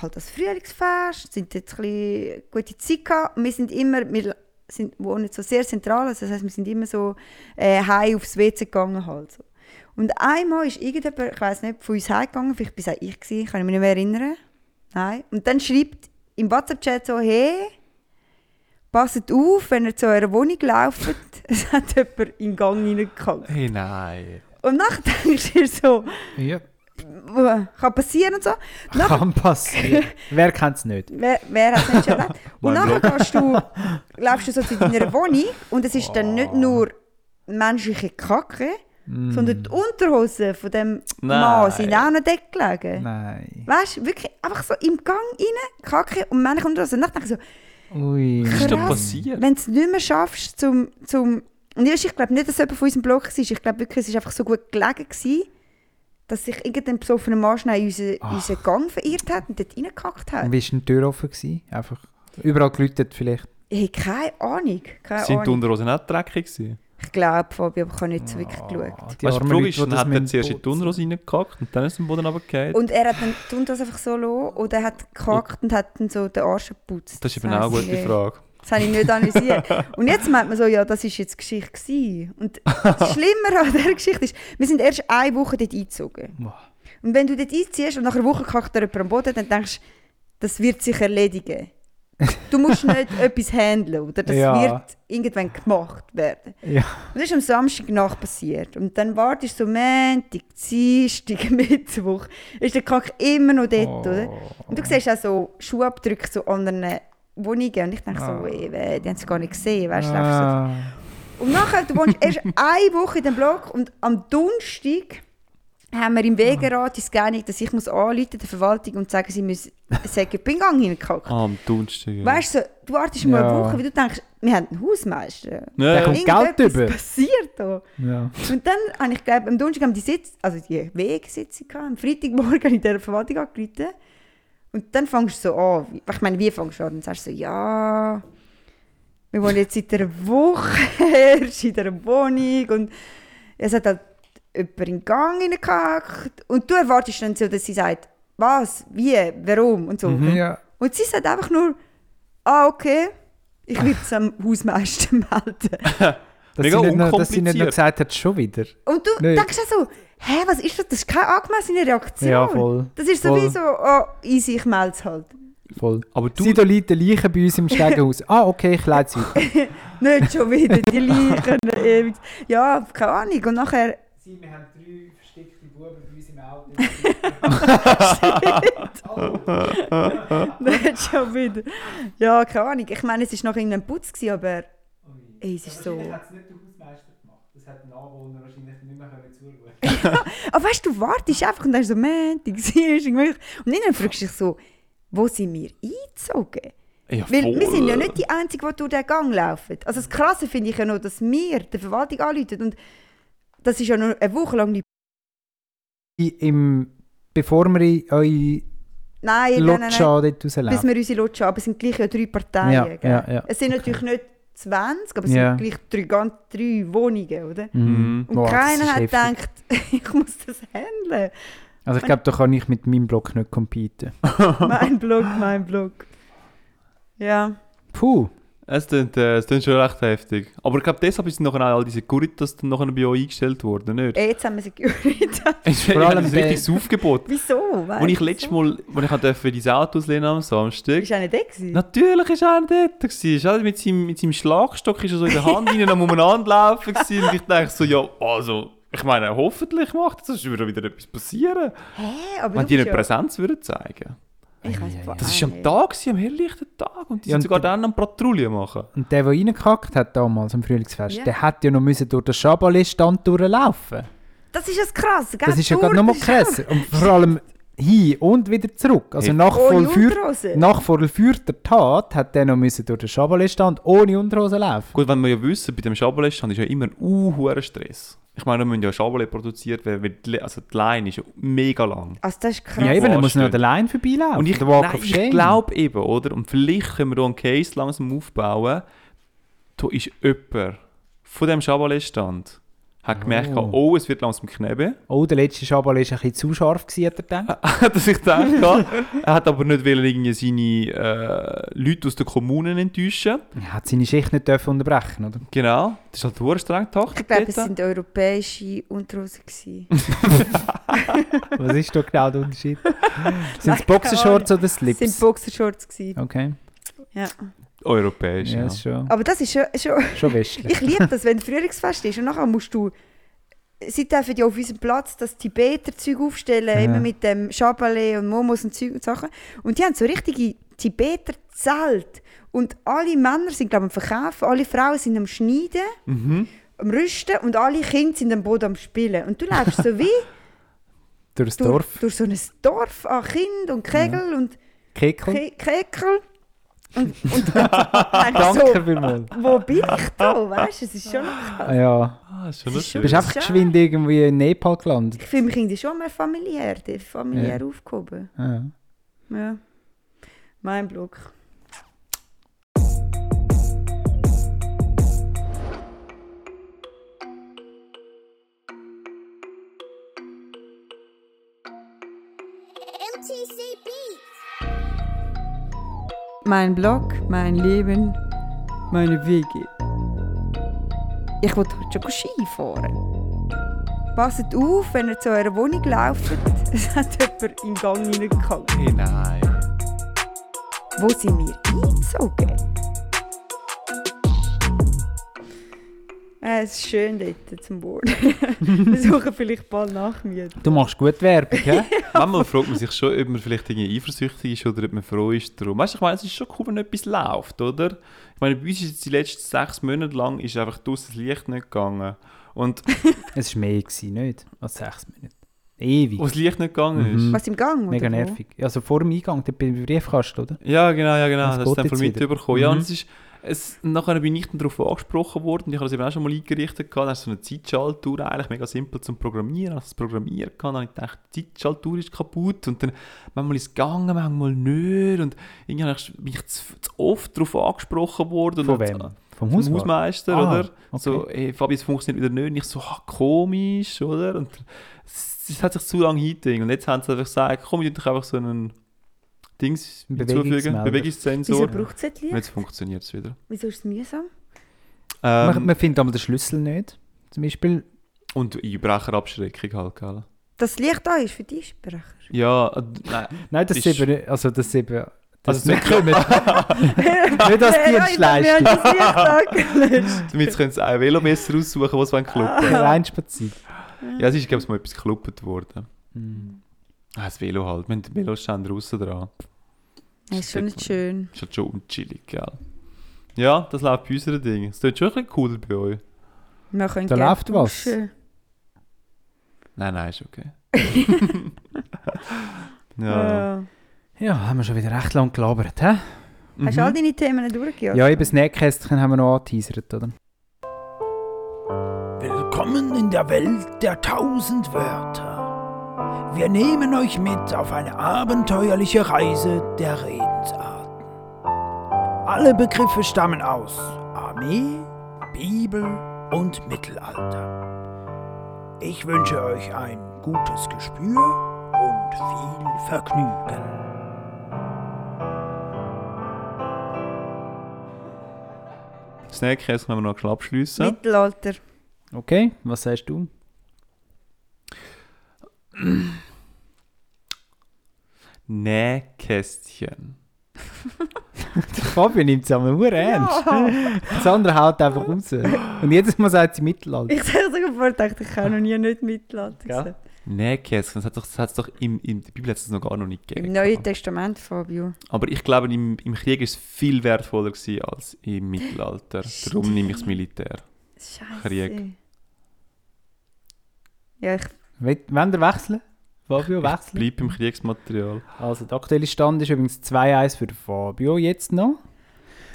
Speaker 4: halt das Frühlingsfest, sind jetzt ein bisschen gute Zeit gehabt. Und Wir sind immer, wir sind, wohnen so sehr zentral, also das heißt, wir sind immer so äh, heim aufs WC gegangen halt so. Und einmal ist irgendjemand, ich weiß nicht, von uns heimgegangen, vielleicht war es auch ich, gewesen, kann ich mich nicht mehr erinnern. Nein. Und dann schreibt im im WhatsApp-Chat so, hey, passet auf, wenn ihr zu eurer Wohnung lauft, (laughs) es hat jemand in den Gang reingekommen.
Speaker 5: Hey, nein.
Speaker 4: Und dann (laughs) denkst du dir so,
Speaker 3: Ja.
Speaker 4: «Uah, kann passieren und so.
Speaker 5: (laughs)
Speaker 4: Nachher-
Speaker 3: Kann passieren. (laughs) Wer kennt es nicht?
Speaker 4: Wer, wer hat nicht schon
Speaker 5: (laughs)
Speaker 4: erlebt? Und
Speaker 5: Mein
Speaker 4: nachher gehst du, läufst du so zu
Speaker 5: (laughs)
Speaker 4: deiner Wohnung und es ist dann
Speaker 5: Ah.
Speaker 4: nicht nur menschliche Kacke, sondern die Unterhosen von dem
Speaker 5: Mm. Nein.
Speaker 4: Mann sind auch noch dort gelegen.
Speaker 3: Nein.
Speaker 4: Weißt du, wirklich einfach so im Gang rein, Kacke und männliche Unterhosen. Und dann denke ich so,
Speaker 3: Ui.
Speaker 5: Was ist da
Speaker 4: Krass.
Speaker 5: passiert?
Speaker 4: wenn du es nicht mehr schaffst, zum, zum und ich, ich glaube nicht, dass jemand von unserem Block war. Ich glaube wirklich, es war einfach so gut gelegen, gewesen, dass sich irgendein besoffener Mann schnell in unseren, in unseren Gang verirrt hat und dort reingekackt hat.
Speaker 3: Und wie war die Tür offen? Gewesen? Einfach überall geläutet vielleicht.
Speaker 4: Ich habe keine Ahnung. Keine
Speaker 5: Sind die
Speaker 4: Ahnung.
Speaker 5: Unterhosen nicht dreckig gewesen?
Speaker 4: Ich glaube, Fabio, aber ich habe nicht so
Speaker 5: Ah.
Speaker 4: wirklich geschaut.
Speaker 3: Ah, Die
Speaker 5: Weißt
Speaker 3: armen
Speaker 5: du, die Frage
Speaker 3: Leute,
Speaker 5: ist,
Speaker 3: die
Speaker 5: dann
Speaker 3: das
Speaker 5: hat er
Speaker 3: müssen
Speaker 5: zuerst in die
Speaker 3: putzen.
Speaker 5: Unterhose reingekackt und dann ist er am Boden runtergefallen.
Speaker 4: Und er hat dann die Unterhose einfach so los oder hat gekackt und hat dann so den Arsch geputzt.
Speaker 5: Das ist eben
Speaker 4: weiss
Speaker 5: auch eine
Speaker 4: ich
Speaker 5: gute
Speaker 4: nicht.
Speaker 5: Frage.
Speaker 4: Das habe ich nicht analysiert. und jetzt meint man so, ja, das ist jetzt Geschichte gewesen. Und
Speaker 3: (laughs)
Speaker 4: das Schlimmere an dieser Geschichte ist, wir sind erst eine Woche dort eingezogen.
Speaker 3: Boah.
Speaker 4: Und wenn du dort einziehst und nach einer Woche kackt dir jemand am Boden, dann denkst du, das wird sich erledigen. Du
Speaker 3: (laughs)
Speaker 4: musst nicht etwas handeln, oder? Das
Speaker 3: Ja.
Speaker 4: wird irgendwann gemacht werden.
Speaker 3: Ja.
Speaker 4: Und das ist am Samstagnacht passiert. Und dann wartest du so Montag, Dienstag, (laughs) Mittwoch. Ist der Kack immer noch
Speaker 3: Oh.
Speaker 4: dort, oder? Und du siehst auch so Schuhabdrücke zu anderen Wohnungen. Und ich denke so, ey, weh, die haben es gar nicht gesehen. Weißt, du, läufst so.
Speaker 3: Ah.
Speaker 4: Und nachher, du wohnst
Speaker 3: (laughs)
Speaker 4: erst eine Woche in dem Block und am Donnerstag haben wir im Wegerat die Scanning, dass ich muss anrufen, der Verwaltung und sagen, sie müssen sagen, ich bin Gang hineingekackt.
Speaker 5: Ah, am Donnerstag. ja.
Speaker 4: Weißt du, so, du wartest mal eine
Speaker 3: Ja.
Speaker 4: Woche, weil du denkst, wir haben einen Hausmeister.
Speaker 5: Ja,
Speaker 3: kommt-
Speaker 5: ja.
Speaker 3: Geld
Speaker 4: Irgendetwas
Speaker 3: über.
Speaker 4: passiert da.
Speaker 3: Ja.
Speaker 4: Und dann habe ich, glaube am Donnerstag haben die Sitz, also die Wegsitzung gehabt, am Freitagmorgen (laughs) in der Verwaltung angerufen. Und dann fängst du so an, wie- ich meine, wie fängst du an? Dann sagst du so, ja, wir wohnen jetzt seit einer Woche (laughs) erst in dieser Wohnung und es hat halt jemand in den Gang reingehackt. Und du erwartest dann so, dass sie sagt, was, wie, warum und so.
Speaker 3: Ja.
Speaker 4: Und sie sagt einfach nur, ah, okay, ich werde es am Hausmeister (laughs) melden.
Speaker 3: Dass,
Speaker 5: Mega
Speaker 3: sie nicht noch, dass sie nicht noch
Speaker 5: unkompliziert.
Speaker 3: gesagt hat, schon wieder.
Speaker 4: Und du
Speaker 3: Nein.
Speaker 4: denkst auch so, hä, was ist das? Das ist keine angemessene Reaktion.
Speaker 3: Ja, voll.
Speaker 4: Das ist so
Speaker 3: Voll.
Speaker 4: wie so, oh, easy, ich melde es halt.
Speaker 3: Voll.
Speaker 5: Aber du-
Speaker 3: Sie da liegt eine Leiche bei uns im (laughs) Stegenhaus. ah, okay, ich leite sie weiter.
Speaker 4: Nicht schon wieder,
Speaker 3: (laughs)
Speaker 4: die Leichen, ewig. Ja, keine Ahnung. Und nachher, (laughs)
Speaker 3: Sie, wir haben drei versteckte Buben bei uns im (laughs) Auto. Oh.
Speaker 4: nicht schon wieder. Ja, keine Ahnung. Ich meine, es war noch irgendein Putz, gewesen, aber ey, es ist so...
Speaker 3: es nicht der Hausmeister gemacht. Das hat ein Anwohner wahrscheinlich nicht mehr zuschauen
Speaker 4: Aber weißt du, du wartest einfach und denkst so, Montag, (laughs) siehst Und dann fragst du dich so, wo sind wir eingezogen?
Speaker 5: Ja,
Speaker 4: Weil wir sind ja
Speaker 5: voll.
Speaker 4: nicht die Einzigen, die durch den Gang laufen. Also das Krasse finde ich ja noch, dass wir der Verwaltung anrufen. Und das ist ja nur eine Woche lang nicht...
Speaker 3: Im, bevor wir in eure
Speaker 4: Nein, nein, nein, nein.
Speaker 3: Lotschau dort
Speaker 4: Bis
Speaker 3: rauslaufen.
Speaker 4: wir unsere Lodge haben. Aber es sind gleich ja drei Parteien.
Speaker 3: Ja,
Speaker 4: gell?
Speaker 3: ja, ja.
Speaker 4: Es sind natürlich nicht 20, aber es
Speaker 3: Ja.
Speaker 4: sind gleich drei, ganz drei Wohnungen, oder?
Speaker 5: Mhm.
Speaker 4: Und
Speaker 3: Boah, das
Speaker 4: keiner
Speaker 3: ist
Speaker 4: hat
Speaker 3: heftig.
Speaker 4: gedacht, (laughs) ich muss das handeln.
Speaker 3: Also ich glaube, da kann ich mit meinem Blog nicht competen.
Speaker 4: mein Blog, mein Blog. Ja.
Speaker 3: Puh.
Speaker 5: Es klingt, äh, es klingt schon recht heftig. Aber ich glaube, deshalb sind nachher auch all diese Curitas dann nachher bei euch eingestellt worden, nicht?
Speaker 4: Ey, eh, jetzt haben wir Security. (laughs)
Speaker 5: (laughs) Es ist
Speaker 3: Vor allem
Speaker 5: ein
Speaker 3: der-
Speaker 5: richtiges Aufgebot.
Speaker 3: (laughs)
Speaker 4: Wieso? Weißt
Speaker 5: Als ich
Speaker 4: du
Speaker 5: letztes
Speaker 4: so?
Speaker 5: Mal, als ich halt durfte, dein Auto auslehnen am Samstag,
Speaker 4: Ist einer der gewesen?
Speaker 5: natürlich war er dort. Gewesen. Er war mit, seinem, mit seinem Schlagstock ist er so in der Hand rein am Umeinanderlaufen. gewesen. Und ich dachte so, ja, also, ich meine, hoffentlich macht das, sonst würde wieder etwas passieren.
Speaker 4: Hä? Aber
Speaker 5: Wenn
Speaker 4: du
Speaker 5: die
Speaker 4: bist ja-
Speaker 5: eine Präsenz würden zeigen
Speaker 4: Ich weiß ja,
Speaker 3: Ah,
Speaker 5: Das war am Tag, gewesen, am herrlichten Tag. Und die
Speaker 3: Ja,
Speaker 5: sind
Speaker 3: und
Speaker 5: sogar
Speaker 3: die-
Speaker 5: dann am Patrouille machen.
Speaker 3: Und der, der reingekackt hat damals am Frühlingsfest,
Speaker 4: Ja.
Speaker 3: der hätte ja noch müssen durch den Schabalett-Stand durchlaufen
Speaker 4: Das ist das krass, gell?
Speaker 3: Das ist ja
Speaker 4: Durch-
Speaker 3: gerade nochmal
Speaker 4: das ist auch-
Speaker 3: krasser. Und vor allem hin und wieder zurück. Also
Speaker 5: Hey.
Speaker 3: nach
Speaker 4: Ohne
Speaker 3: vollführ-
Speaker 4: Unterhose.
Speaker 3: nach vollführter Tat hat der noch müssen durch den Schabalett-Stand ohne Unterhose laufen.
Speaker 5: Gut, wenn wir ja wissen, bei dem Schabalett-Stand ist ja immer ein hoher Stress. Ich meine, da müssen ja Schabalett produziert werden, weil die, Le- also die Line ist ja mega lang.
Speaker 4: (laughs) Also das ist krass.
Speaker 3: Ja eben,
Speaker 5: Wo
Speaker 3: dann muss noch
Speaker 5: anstehen.
Speaker 3: der Line vorbeilaufen.
Speaker 5: Und ich,
Speaker 3: der Walk
Speaker 5: nein,
Speaker 3: of Shame.
Speaker 5: ich glaube eben, oder? Und vielleicht können wir da einen Case langsam aufbauen. Da ist jemand von dem Schabalett-Stand hat gemerkt, oh. es wird langsam kneben.
Speaker 3: Oh, der letzte Schabalett war ein bisschen zu scharf, gewesen, hat er gedacht.
Speaker 5: (laughs) dass ich gedacht habe. Er hat aber nicht wollen, irgendwie seine äh, Leute aus den Kommunen enttäuschen.
Speaker 3: Er hat seine Schicht nicht dürfen unterbrechen oder?
Speaker 5: Genau. Das ist halt verdammt streng
Speaker 4: Ich
Speaker 5: Taktik
Speaker 4: glaube, es
Speaker 3: (laughs)
Speaker 5: dort.
Speaker 4: sind europäische Unterhosen gewesen.
Speaker 3: Was ist da genau der
Speaker 4: (laughs)
Speaker 3: Unterschied? Sind es
Speaker 4: Nein, keine
Speaker 3: Boxershorts oder
Speaker 4: Es sind
Speaker 3: Slips?
Speaker 4: Boxershorts. gewesen.
Speaker 3: Okay,
Speaker 4: Ja.
Speaker 5: Europäisch,
Speaker 3: ja,
Speaker 5: ja.
Speaker 3: ist schon,
Speaker 4: Aber das ist schon.
Speaker 3: (laughs)
Speaker 4: schon
Speaker 3: schon Westlich.
Speaker 4: ich liebe das, wenn Frühlingsfest ist. Und nachher musst du. Sie dürfen ja auf unserem Platz das Tibeter-Zeug aufstellen,
Speaker 3: Ja.
Speaker 4: immer mit dem Schabalé und Momos und Zeug und Sachen. Und die haben so richtige Tibeter-Zelt. Und alle Männer sind, glaube ich, am Verkaufen, alle Frauen sind am Schneiden,
Speaker 3: Mhm.
Speaker 4: am Rüsten und alle Kinder sind am Boden am Spielen. Und du
Speaker 3: (laughs)
Speaker 4: läufst so wie
Speaker 3: Durch das
Speaker 4: durch,
Speaker 3: Dorf.
Speaker 4: durch so ein Dorf an Kind und Kegel und
Speaker 3: Kekel.
Speaker 4: Ke Kekel. Und,
Speaker 3: (laughs)
Speaker 4: und, (laughs) und denkst
Speaker 3: Danke
Speaker 4: so,
Speaker 3: vielmals.
Speaker 4: wo bin ich da? Weißt du, es ist schon krass.
Speaker 3: Ah, ja.
Speaker 5: Ah, ist
Speaker 4: Das
Speaker 5: schon
Speaker 4: ist
Speaker 5: noch
Speaker 3: Du
Speaker 5: schön.
Speaker 3: bist einfach
Speaker 4: Schön.
Speaker 3: geschwind irgendwie in Nepal gelandet.
Speaker 4: Ich fühle mich irgendwie schon mehr familiär, der- familiär aufgehoben.
Speaker 3: Ja.
Speaker 4: Ja. Mein Block. Mein Blog, mein Leben, meine Wege. Ich wollte heute schon Ski fahren. Passet auf, wenn ihr zu eurer Wohnung lauft, (laughs) es hat jemand in den Gang reingekommen.
Speaker 5: Hey, nein.
Speaker 4: Wo sind wir eingezogen? Äh, es ist schön dort zum Board. (laughs) wir suchen vielleicht bald Nachmiete.
Speaker 3: Du machst gut Werbung,
Speaker 5: (laughs)
Speaker 3: hä?
Speaker 5: Manchmal fragt man sich schon, ob man vielleicht irgendwie eifersüchtig ist oder ob man froh ist darum. Weißt du, ich meine, es ist schon cool, wenn etwas läuft, oder? Ich meine, bei uns ist jetzt die letzten sechs Monate lang ist einfach draussen das Licht nicht gegangen. Und
Speaker 3: es war mehr, gewesen, nicht? Als sechs Minuten. Ewig.
Speaker 5: wo das Licht nicht gegangen ist.
Speaker 3: Mhm.
Speaker 4: Was im Gang?
Speaker 3: Mega
Speaker 4: oder wo?
Speaker 3: nervig. Also vor dem Eingang, dort beim Briefkasten, oder?
Speaker 5: Ja, genau, ja, genau.
Speaker 3: Das
Speaker 5: Das
Speaker 3: geht
Speaker 5: hast du dann voll
Speaker 3: jetzt wieder.
Speaker 5: mitbekommen. Ja,
Speaker 3: Mhm.
Speaker 5: und es ist, es, nachher bin ich dann darauf angesprochen worden. und Ich habe das eben auch schon mal eingerichtet. gehabt. Dann hast du so eine Zeitschaltuhr, eigentlich mega simpel zum Programmieren. Als ich das programmiert kann, habe ich gedacht, die Zeitschaltuhr ist kaputt. Und dann manchmal ist es gegangen, manchmal nicht. Und irgendwie habe ich- bin ich zu, zu oft darauf angesprochen worden.
Speaker 3: Von
Speaker 5: Und-
Speaker 3: wem? Vom
Speaker 5: vom
Speaker 3: Hausmann?
Speaker 5: Hausmeister,
Speaker 3: Ah,
Speaker 5: oder?
Speaker 3: okay.
Speaker 5: So, hey, Fabi, es funktioniert wieder nicht. Und ich so, ah, komisch, oder? Und es, es hat sich zu lange hingetan. Und jetzt haben sie einfach gesagt, komm, ich tue einfach so einen Dings hinzufügen,
Speaker 3: Bewegungsmelder.
Speaker 4: Wieso
Speaker 5: Bewegungssensor.
Speaker 4: braucht es das
Speaker 5: Und
Speaker 4: Licht?
Speaker 5: jetzt funktioniert es wieder.
Speaker 4: Wieso ist es mühsam?
Speaker 3: man,
Speaker 5: Ähm,
Speaker 3: man findet aber den Schlüssel nicht. Zum Beispiel.
Speaker 5: und Einbrecherabschreckung halt, gell?
Speaker 4: Dass das Licht da ist für die Sprecher. (laughs)
Speaker 5: Ja, äh, nein.
Speaker 3: Nein, das
Speaker 5: Ist-
Speaker 3: ist eben. Also das ist eben. Das
Speaker 5: Also (laughs)
Speaker 3: nicht kommen. (laughs) nicht als
Speaker 4: Hey, Leute, Wir haben
Speaker 3: Dienstleistung.
Speaker 4: das
Speaker 3: (laughs)
Speaker 4: Licht angelöscht.
Speaker 5: Damit können sie auch ein Velo besser aussuchen, was sie kloppen
Speaker 4: Ah.
Speaker 5: wollen.
Speaker 3: Allein spazieren.
Speaker 5: Ja, es ist, glaube ich, mal etwas gekloppert worden.
Speaker 3: Hm.
Speaker 5: Ah, das Velo halt. Wir haben den Veloständer draußen dran.
Speaker 4: Das ist schon nicht schön.
Speaker 5: Ist halt schon unchillig, gell? Ja, das läuft bei unseren Dingen. Es tut schon ein bisschen cooler bei euch.
Speaker 4: Wir können
Speaker 3: Da
Speaker 4: gerne
Speaker 3: läuft was.
Speaker 4: duschen.
Speaker 5: Nein, nein, ist okay. (laughs)
Speaker 3: Äh.
Speaker 5: ja.
Speaker 4: Ja.
Speaker 3: Ja, haben wir schon wieder recht lang gelabert, hä?
Speaker 4: Hast du all deine Themen durchgejagt?
Speaker 3: Mhm. Ja, eben das Nähkästchen haben wir noch angeteasert, oder?
Speaker 6: Willkommen in der Welt der tausend Wörter. Wir nehmen euch mit auf eine abenteuerliche Reise der Redensarten. Alle Begriffe stammen aus Armee, Bibel und Mittelalter. Ich wünsche euch ein gutes Gespür und viel Vergnügen.
Speaker 5: Das Snackkäse können wir noch schnell abschliessen.
Speaker 4: Mittelalter.
Speaker 3: Okay, was sagst du? (laughs)
Speaker 5: Nähkästchen.
Speaker 3: Der Fabio nimmt es aber nur ernst. (laughs) Das andere haut einfach raus. Und jedes Mal sagt sie Mittelalter.
Speaker 4: Ich (laughs) habe sogar vorher gedacht, ich kann noch nie nicht Mittelalter
Speaker 3: Ja.
Speaker 4: gesagt.
Speaker 5: Nähkästchen, das hat doch, das hat's doch im, in der Bibel hat es noch gar noch nicht gegeben.
Speaker 4: Im
Speaker 3: genau.
Speaker 4: Neuen Testament, Fabio.
Speaker 5: Aber ich glaube, im, im Krieg ist es viel wertvoller gewesen als im Mittelalter. Darum nehme ich das Militär.
Speaker 4: Scheiße.
Speaker 5: Krieg.
Speaker 4: Ja, ich,
Speaker 3: Wollt- Wollen wir wechseln? Fabio,
Speaker 5: Ich
Speaker 3: wechseln.
Speaker 5: bleibe beim Kriegsmaterial.
Speaker 3: Also, der aktuelle Stand ist übrigens 2-1 für Fabio jetzt noch.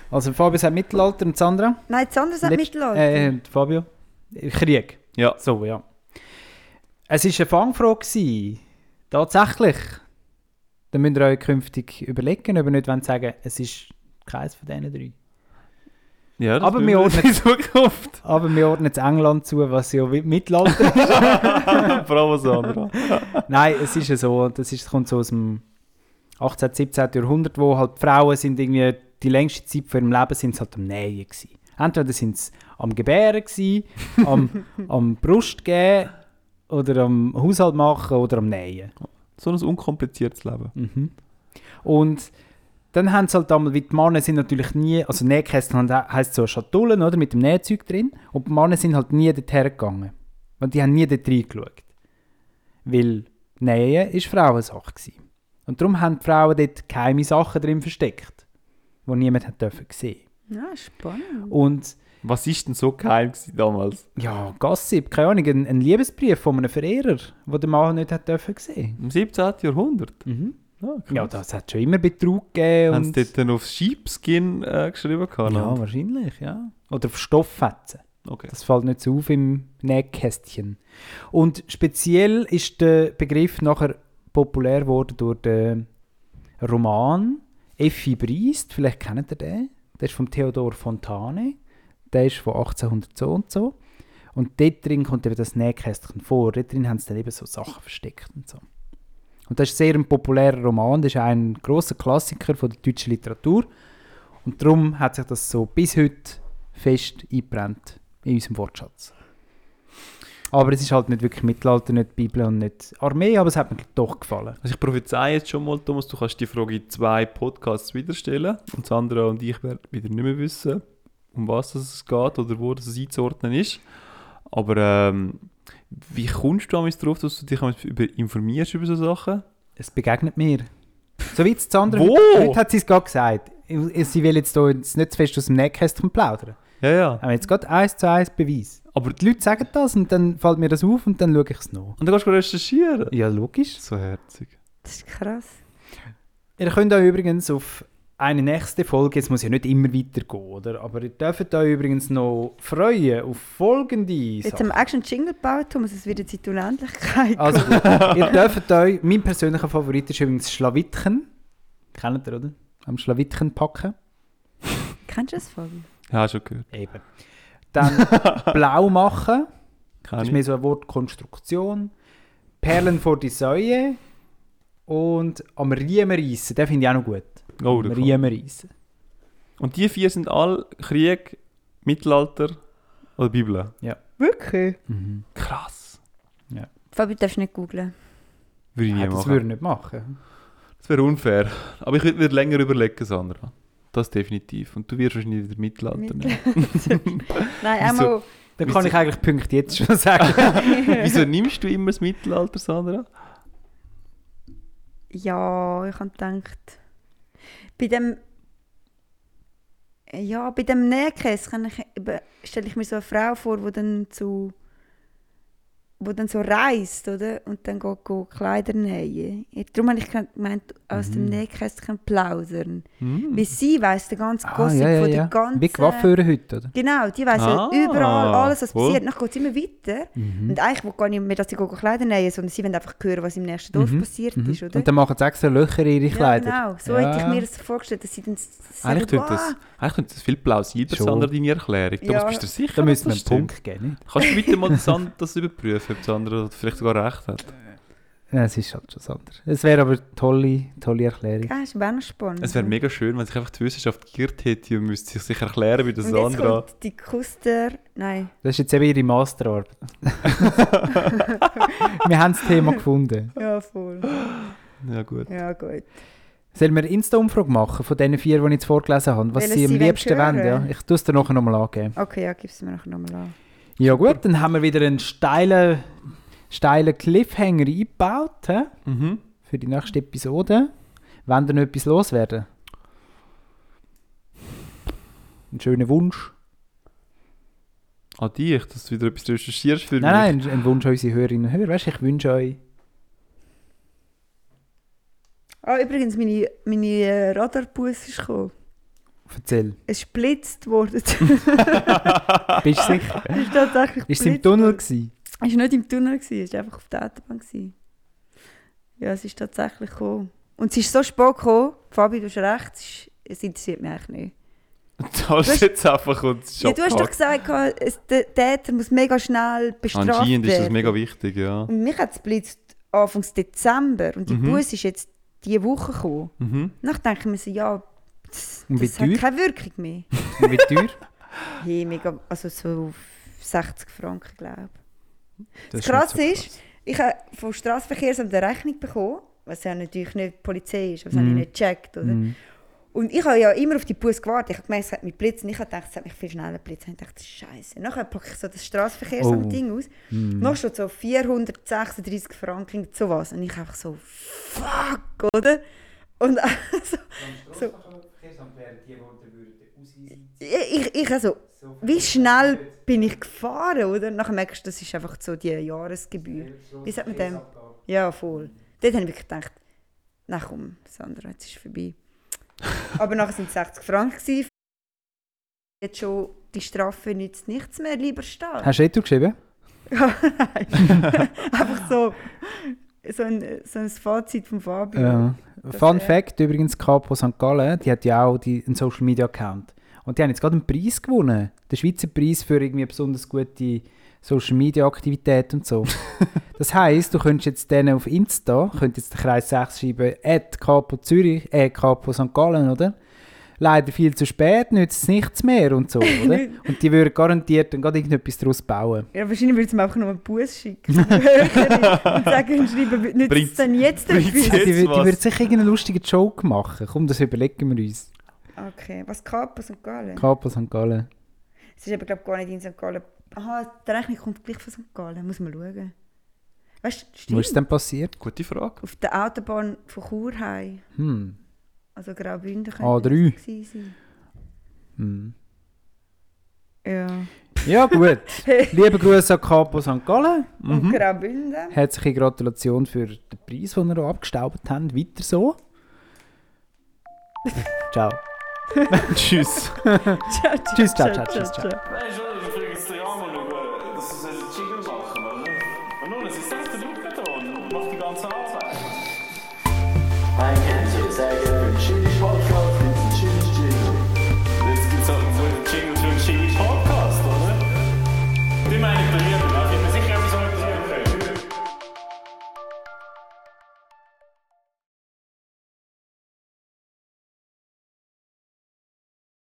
Speaker 3: Also, Fabio sagt Mittelalter und Sandra?
Speaker 4: nein, das andere sagt
Speaker 3: Letzt-
Speaker 4: Mittelalter.
Speaker 3: Äh, Fabio? Krieg.
Speaker 5: Ja,
Speaker 3: So, ja. Es war eine Fangfrage. gewesen. Tatsächlich. Dann müsst ihr euch künftig überlegen, ob ihr nicht wollt sagen es ist keines von diesen drei.
Speaker 5: ja das
Speaker 3: Aber
Speaker 5: müssen
Speaker 3: wir
Speaker 5: in
Speaker 3: ordnen-
Speaker 5: Zukunft.
Speaker 3: Aber wir ordnen jetzt England zu, was ja wie- Mittelalter ist.
Speaker 5: Bravo, Sandra.
Speaker 3: (laughs) Nein, es ist ja so, das ist, kommt so aus dem 18. 17. Jahrhundert, wo halt die Frauen sind irgendwie die längste Zeit von ihrem Leben sind sie halt am Nähen gewesen. Entweder sind sie am Gebären gewesen, am, am Brust geben oder am Haushalt machen oder am Nähen.
Speaker 5: (laughs) So ein unkompliziertes Leben.
Speaker 3: Hm. Und dann haben sie halt damals, wie die Männer sind natürlich nie, also Nähkästen heisst so Schatullen, oder, mit dem Nähzeug drin. Und die Männer sind halt nie dorthin gegangen. Und die haben nie dort reingeschaut. Weil Nähen ist Frauensache gewesen. Und darum haben die Frauen dort geheime Sachen drin versteckt, die niemand hat dürfen sehen.
Speaker 4: Ja, Ah, spannend.
Speaker 3: Und
Speaker 5: Was ist denn so geheim gewesen damals?
Speaker 3: ja, Gossip, keine Ahnung, ein, ein Liebesbrief von einem Verehrer, den der Mann nicht hat dürfen sehen.
Speaker 5: Im 17. Jahrhundert?
Speaker 3: Mhm.
Speaker 5: Ah,
Speaker 3: Ja, das hat schon immer Betrug gegeben.
Speaker 5: Haben sie
Speaker 3: und-
Speaker 5: dort dann auf Sheepskin äh, geschrieben? gehabt,
Speaker 3: Ja,
Speaker 5: oder?
Speaker 3: wahrscheinlich, ja. Oder auf Stofffetzen.
Speaker 5: Okay.
Speaker 3: Das fällt nicht so auf im Nähkästchen. Und speziell ist der Begriff nachher populär geworden durch den Roman Effi Briest. Vielleicht kennt ihr den. Der ist von Theodor Fontane. Der ist von 1800 so und so. Und dort drin kommt eben das Nähkästchen vor. Dort drin haben sie dann eben so Sachen versteckt und so. Und das ist sehr ein populärer Roman. Das ist ein großer Klassiker von der deutschen Literatur. Und darum hat sich das so bis heute fest eingebrannt in unserem Wortschatz. Aber es ist halt nicht wirklich Mittelalter, nicht Bibel und nicht Armee, aber es hat mir doch gefallen.
Speaker 5: Also ich prophezeie jetzt schon mal, Thomas, du kannst die Frage in zwei Podcasts wieder stellen und Sandra und ich werden wieder nicht mehr wissen, um was es geht oder wo das einzuordnen ist. Aber ähm, wie kommst du damals drauf, dass du dich einmal über informierst über so Sachen?
Speaker 3: Es begegnet mir. So wie jetzt Sandra.
Speaker 5: Wo?
Speaker 3: Heute hat sie es gerade gesagt. Sie will jetzt hier jetzt nicht zu fest aus dem Nähkästchen plaudern.
Speaker 5: Ja, ja.
Speaker 3: Aber jetzt gerade eins zu eins Beweis.
Speaker 5: Aber
Speaker 3: Die Leute sagen das und dann fällt mir das auf und dann schaue ich es nach.
Speaker 5: und dann kannst du recherchieren.
Speaker 3: Ja, logisch.
Speaker 5: So herzig.
Speaker 4: Das ist krass.
Speaker 3: Ihr könnt euch übrigens auf eine nächste Folge, es muss ja nicht immer weitergehen, oder? Aber ihr dürft euch übrigens noch freuen auf folgende
Speaker 4: Jetzt
Speaker 3: Sachen.
Speaker 4: haben wir auch schon einen Jingle gebaut, Thomas, es wird jetzt in die Unendlichkeit.
Speaker 3: Also gut,
Speaker 5: (laughs)
Speaker 3: ihr dürft euch, mein persönlicher Favorit ist übrigens Schlawittchen. Kennt ihr, oder? Am Schlawittchen packen.
Speaker 4: Kennst du das, Fabio?
Speaker 5: Ja, schon gehört.
Speaker 3: Eben. Dann
Speaker 5: (laughs)
Speaker 3: blau machen.
Speaker 5: Ah, Kann
Speaker 3: Das ist
Speaker 5: ich.
Speaker 3: mehr so eine Wortkonstruktion. Perlen vor die Säue. Und am Riemen reissen, den finde ich auch noch gut.
Speaker 5: Oh,
Speaker 3: Am
Speaker 5: der
Speaker 3: Riemen reissen.
Speaker 5: kommt. und die vier sind alle Krieg, Mittelalter oder Bibel.
Speaker 4: Wirklich?
Speaker 5: Krass.
Speaker 4: Fabio, du darfst nicht googlen.
Speaker 5: Würde ich nie
Speaker 3: Ja, das
Speaker 5: machen.
Speaker 3: würde ich nicht machen.
Speaker 5: Das wäre unfair. Aber ich würde mir länger überlegen, Sandra. Das definitiv. Und du wirst wahrscheinlich wieder
Speaker 4: (laughs)
Speaker 5: Mittelalter nehmen.
Speaker 4: Nein,
Speaker 5: Wieso?
Speaker 4: einmal.
Speaker 3: Dann
Speaker 5: Wieso?
Speaker 3: kann ich eigentlich Punkte jetzt
Speaker 5: (laughs)
Speaker 3: schon sagen.
Speaker 5: Wieso nimmst du immer das Mittelalter, Sandra?
Speaker 4: Ja, ich habe gedacht. Bei dem. Ja, bei dem Nähkäse kann ich, eben- stelle ich mir so eine Frau vor, die dann zu. wo dann so reist, oder? Und dann geht, geht Kleider nähen. Ja, Darum habe ich gemeint, aus
Speaker 5: Mhm.
Speaker 4: dem Nähkästchen plaudern. Weil sie weiss den ganzen Gossip von der ganzen...
Speaker 3: Wie Waffeure heute, oder?
Speaker 4: Genau, die weiss
Speaker 5: Ah,
Speaker 4: ja überall alles, was
Speaker 5: cool. Mhm.
Speaker 4: passiert. Dann geht es immer weiter. Und eigentlich will gar nicht mehr, dass sie gehen Kleider nähen, sondern sie wollen einfach hören, was im nächsten Dorf
Speaker 5: Mhm.
Speaker 4: passiert ist, oder?
Speaker 3: Und dann machen sie extra Löcher in ihre
Speaker 4: ja,
Speaker 3: Kleider.
Speaker 4: genau. So hätte ich mir das vorgestellt, dass sie dann s- sagen,
Speaker 5: Eigentlich klingt das,
Speaker 4: «Wow,
Speaker 5: eigentlich klingt das viel plausibler,
Speaker 3: Schon.
Speaker 5: Sandra, deine Erklärung. Thomas,
Speaker 4: Ja.
Speaker 5: bist du dir sicher?
Speaker 3: Da
Speaker 5: dass
Speaker 3: müssen wir
Speaker 5: das
Speaker 3: einen
Speaker 5: stimmt?
Speaker 3: Punkt geben, nicht?
Speaker 5: Kannst du bitte mal Sand- (laughs) das überprüfen, ob Sandra vielleicht sogar recht hat?
Speaker 3: Ja, es ist halt schon was anderes. Es wäre aber eine tolle, tolle Erklärung.
Speaker 4: ah, ist aber auch noch spannend.
Speaker 5: Es wäre mega schön, wenn sich einfach die Wissenschaft geirrt hätte und müsste sich sicher erklären wie der
Speaker 4: Und jetzt
Speaker 5: Sandra.
Speaker 4: kommt die Kuster... Nein.
Speaker 3: Das ist jetzt eben ihre Masterarbeit. wir haben das Thema gefunden.
Speaker 4: Ja, voll.
Speaker 5: Ja, gut.
Speaker 4: Ja, gut.
Speaker 3: Sollen wir eine Insta-Umfrage machen von den vier, die ich jetzt vorgelesen habe? Was
Speaker 4: Welches
Speaker 3: sie am
Speaker 4: sie
Speaker 3: liebsten
Speaker 4: wollen
Speaker 3: wollen? Ja,
Speaker 4: hören?
Speaker 3: ich tue es dir nachher nochmal angeben.
Speaker 4: Okay, ja, gib es mir nachher nochmal an.
Speaker 3: Ja gut, dann haben wir wieder einen steilen, steilen Cliffhanger eingebaut hä?
Speaker 5: Mhm.
Speaker 3: für die nächste Episode. Wenn da noch etwas loswerden? Ein schöner Wunsch.
Speaker 5: An Ah, dich, dass du wieder etwas recherchierst für mich.
Speaker 3: Nein, nein, ein Wunsch an unsere Hörerinnen und Hörer. Weißt, du, ich wünsche euch...
Speaker 4: Ah, übrigens, meine, meine äh, Radarpuss ist gekommen.
Speaker 3: Erzähl.
Speaker 4: Es ist blitzt worden. (laughs) es
Speaker 3: Bist du
Speaker 4: (laughs)
Speaker 3: sicher?
Speaker 4: ist tatsächlich
Speaker 3: Ist es im
Speaker 4: geblitzt
Speaker 3: Tunnel
Speaker 4: worden.
Speaker 3: gewesen?
Speaker 4: Es war nicht im Tunnel, gewesen, es war einfach auf der Autobahn. Gewesen. Ja, es ist tatsächlich gekommen. Und es ist so spät gekommen. Fabi, du hast recht, es, ist, es interessiert mich eigentlich nicht.
Speaker 5: (laughs) Du hast jetzt einfach und es ist
Speaker 4: Ja, du hast doch
Speaker 5: abgehakt.
Speaker 4: gesagt, es, der Täter muss mega schnell bestraft
Speaker 5: Anscheinend ist das
Speaker 4: werden.
Speaker 5: mega wichtig, ja.
Speaker 4: Und mich hat es blitzt Anfang Dezember und die mhm. Bus ist jetzt diese Woche gekommen.
Speaker 5: Mhm.
Speaker 4: Dann denke ich mir so, ja, das,
Speaker 3: Und wie
Speaker 4: das hat
Speaker 3: teuer?
Speaker 4: keine Wirkung mehr.
Speaker 3: Wie teuer?
Speaker 4: hey, mega, also so 60 Franken, glaube ich. Das Krasse ist, ich habe vom Straßenverkehrsamt eine Rechnung bekommen, was ja natürlich nicht die Polizei ist, was habe ich nicht gecheckt. Oder? Und ich habe ja immer auf die Bus gewartet. Ich habe gemerkt, es hat mich geblitzt. Und ich habe gedacht, es hat mich viel schneller geblitzt. Und ich dachte, Scheiße. Nachher packe ich so das Straßenverkehrsamt-Ding aus. Noch steht so 436 Franken, sowas. Und ich einfach so, fuck, oder? Und (laughs) also, so, ich, ich also, wie schnell bin ich gefahren, oder? Nachher merkst du, das ist einfach so die Jahresgebühr. Wie sagt man dem? Ja, voll. Dort habe ich wirklich gedacht, na komm, Sandra, jetzt ist es vorbei. Aber nachher sind es 60 Franken. gewesen. Jetzt schon die Strafe nützt nichts mehr, lieber (laughs) Staat.
Speaker 3: Hast du eh du geschrieben?
Speaker 4: Einfach so, so, ein, so ein Fazit von Fabio.
Speaker 3: Ja. Äh, Fun
Speaker 4: wär-
Speaker 3: Fact, übrigens, Capo St. Gallen, die hat ja auch die, einen Social Media Account. Und die haben jetzt gerade einen Preis gewonnen. Den Schweizer Preis für irgendwie besonders gute Social Media Aktivität und
Speaker 5: (laughs)
Speaker 3: so. das heisst, du könntest jetzt denen auf Insta, könntest jetzt den Kreis 6 schreiben, at Capo Zürich, äh, Capo St. Gallen, oder? Leider viel zu spät, nützt es nichts mehr und
Speaker 5: (laughs)
Speaker 3: so, oder? und die würden garantiert dann gerade irgendetwas daraus bauen.
Speaker 4: Ja, wahrscheinlich würde es mir einfach nur einen Bus schicken. und sagen, schreiben, nützt es
Speaker 5: Bringt's-
Speaker 4: denn jetzt
Speaker 5: bringt's
Speaker 4: dafür?
Speaker 5: jetzt?
Speaker 3: Die, wür- die
Speaker 5: was?
Speaker 3: würden sicher irgendeinen lustigen Joke machen. Komm, das überlegen wir uns.
Speaker 4: Okay, was Kapos und Gallen?
Speaker 3: Capo St. Gallen.
Speaker 4: Es ist aber glaub, gar nicht in St. Gallen. Aha, die Rechnung kommt gleich von St. Gallen, muss man schauen. Weißt du,
Speaker 3: Was ist
Speaker 4: stimmt,
Speaker 3: denn passiert?
Speaker 5: Gute Frage.
Speaker 4: auf der Autobahn von Chur heim,
Speaker 3: Hm.
Speaker 4: also Graubünden
Speaker 3: A3.
Speaker 4: das gewesen sein.
Speaker 3: Hm.
Speaker 4: Ja.
Speaker 3: Ja, (laughs) gut. Liebe Grüße an Capo St. Gallen.
Speaker 4: Und Graubünden.
Speaker 3: Herzliche Gratulation für den Preis, den ihr hier abgestaubt habt. Weiter (laughs) so. Ciao.
Speaker 5: Tschüss.
Speaker 4: Ciao, ciao,
Speaker 3: (laughs) Tschüss, ciao, ciao, tschüss, ciao.
Speaker 1: Nein, schon, ich frage jetzt drei Jahre mal schauen, dass es einen Jingle machen, oder? Und nun, es ist selbst der Luke da und macht die ganze Arbeit.
Speaker 2: I can't say it's a good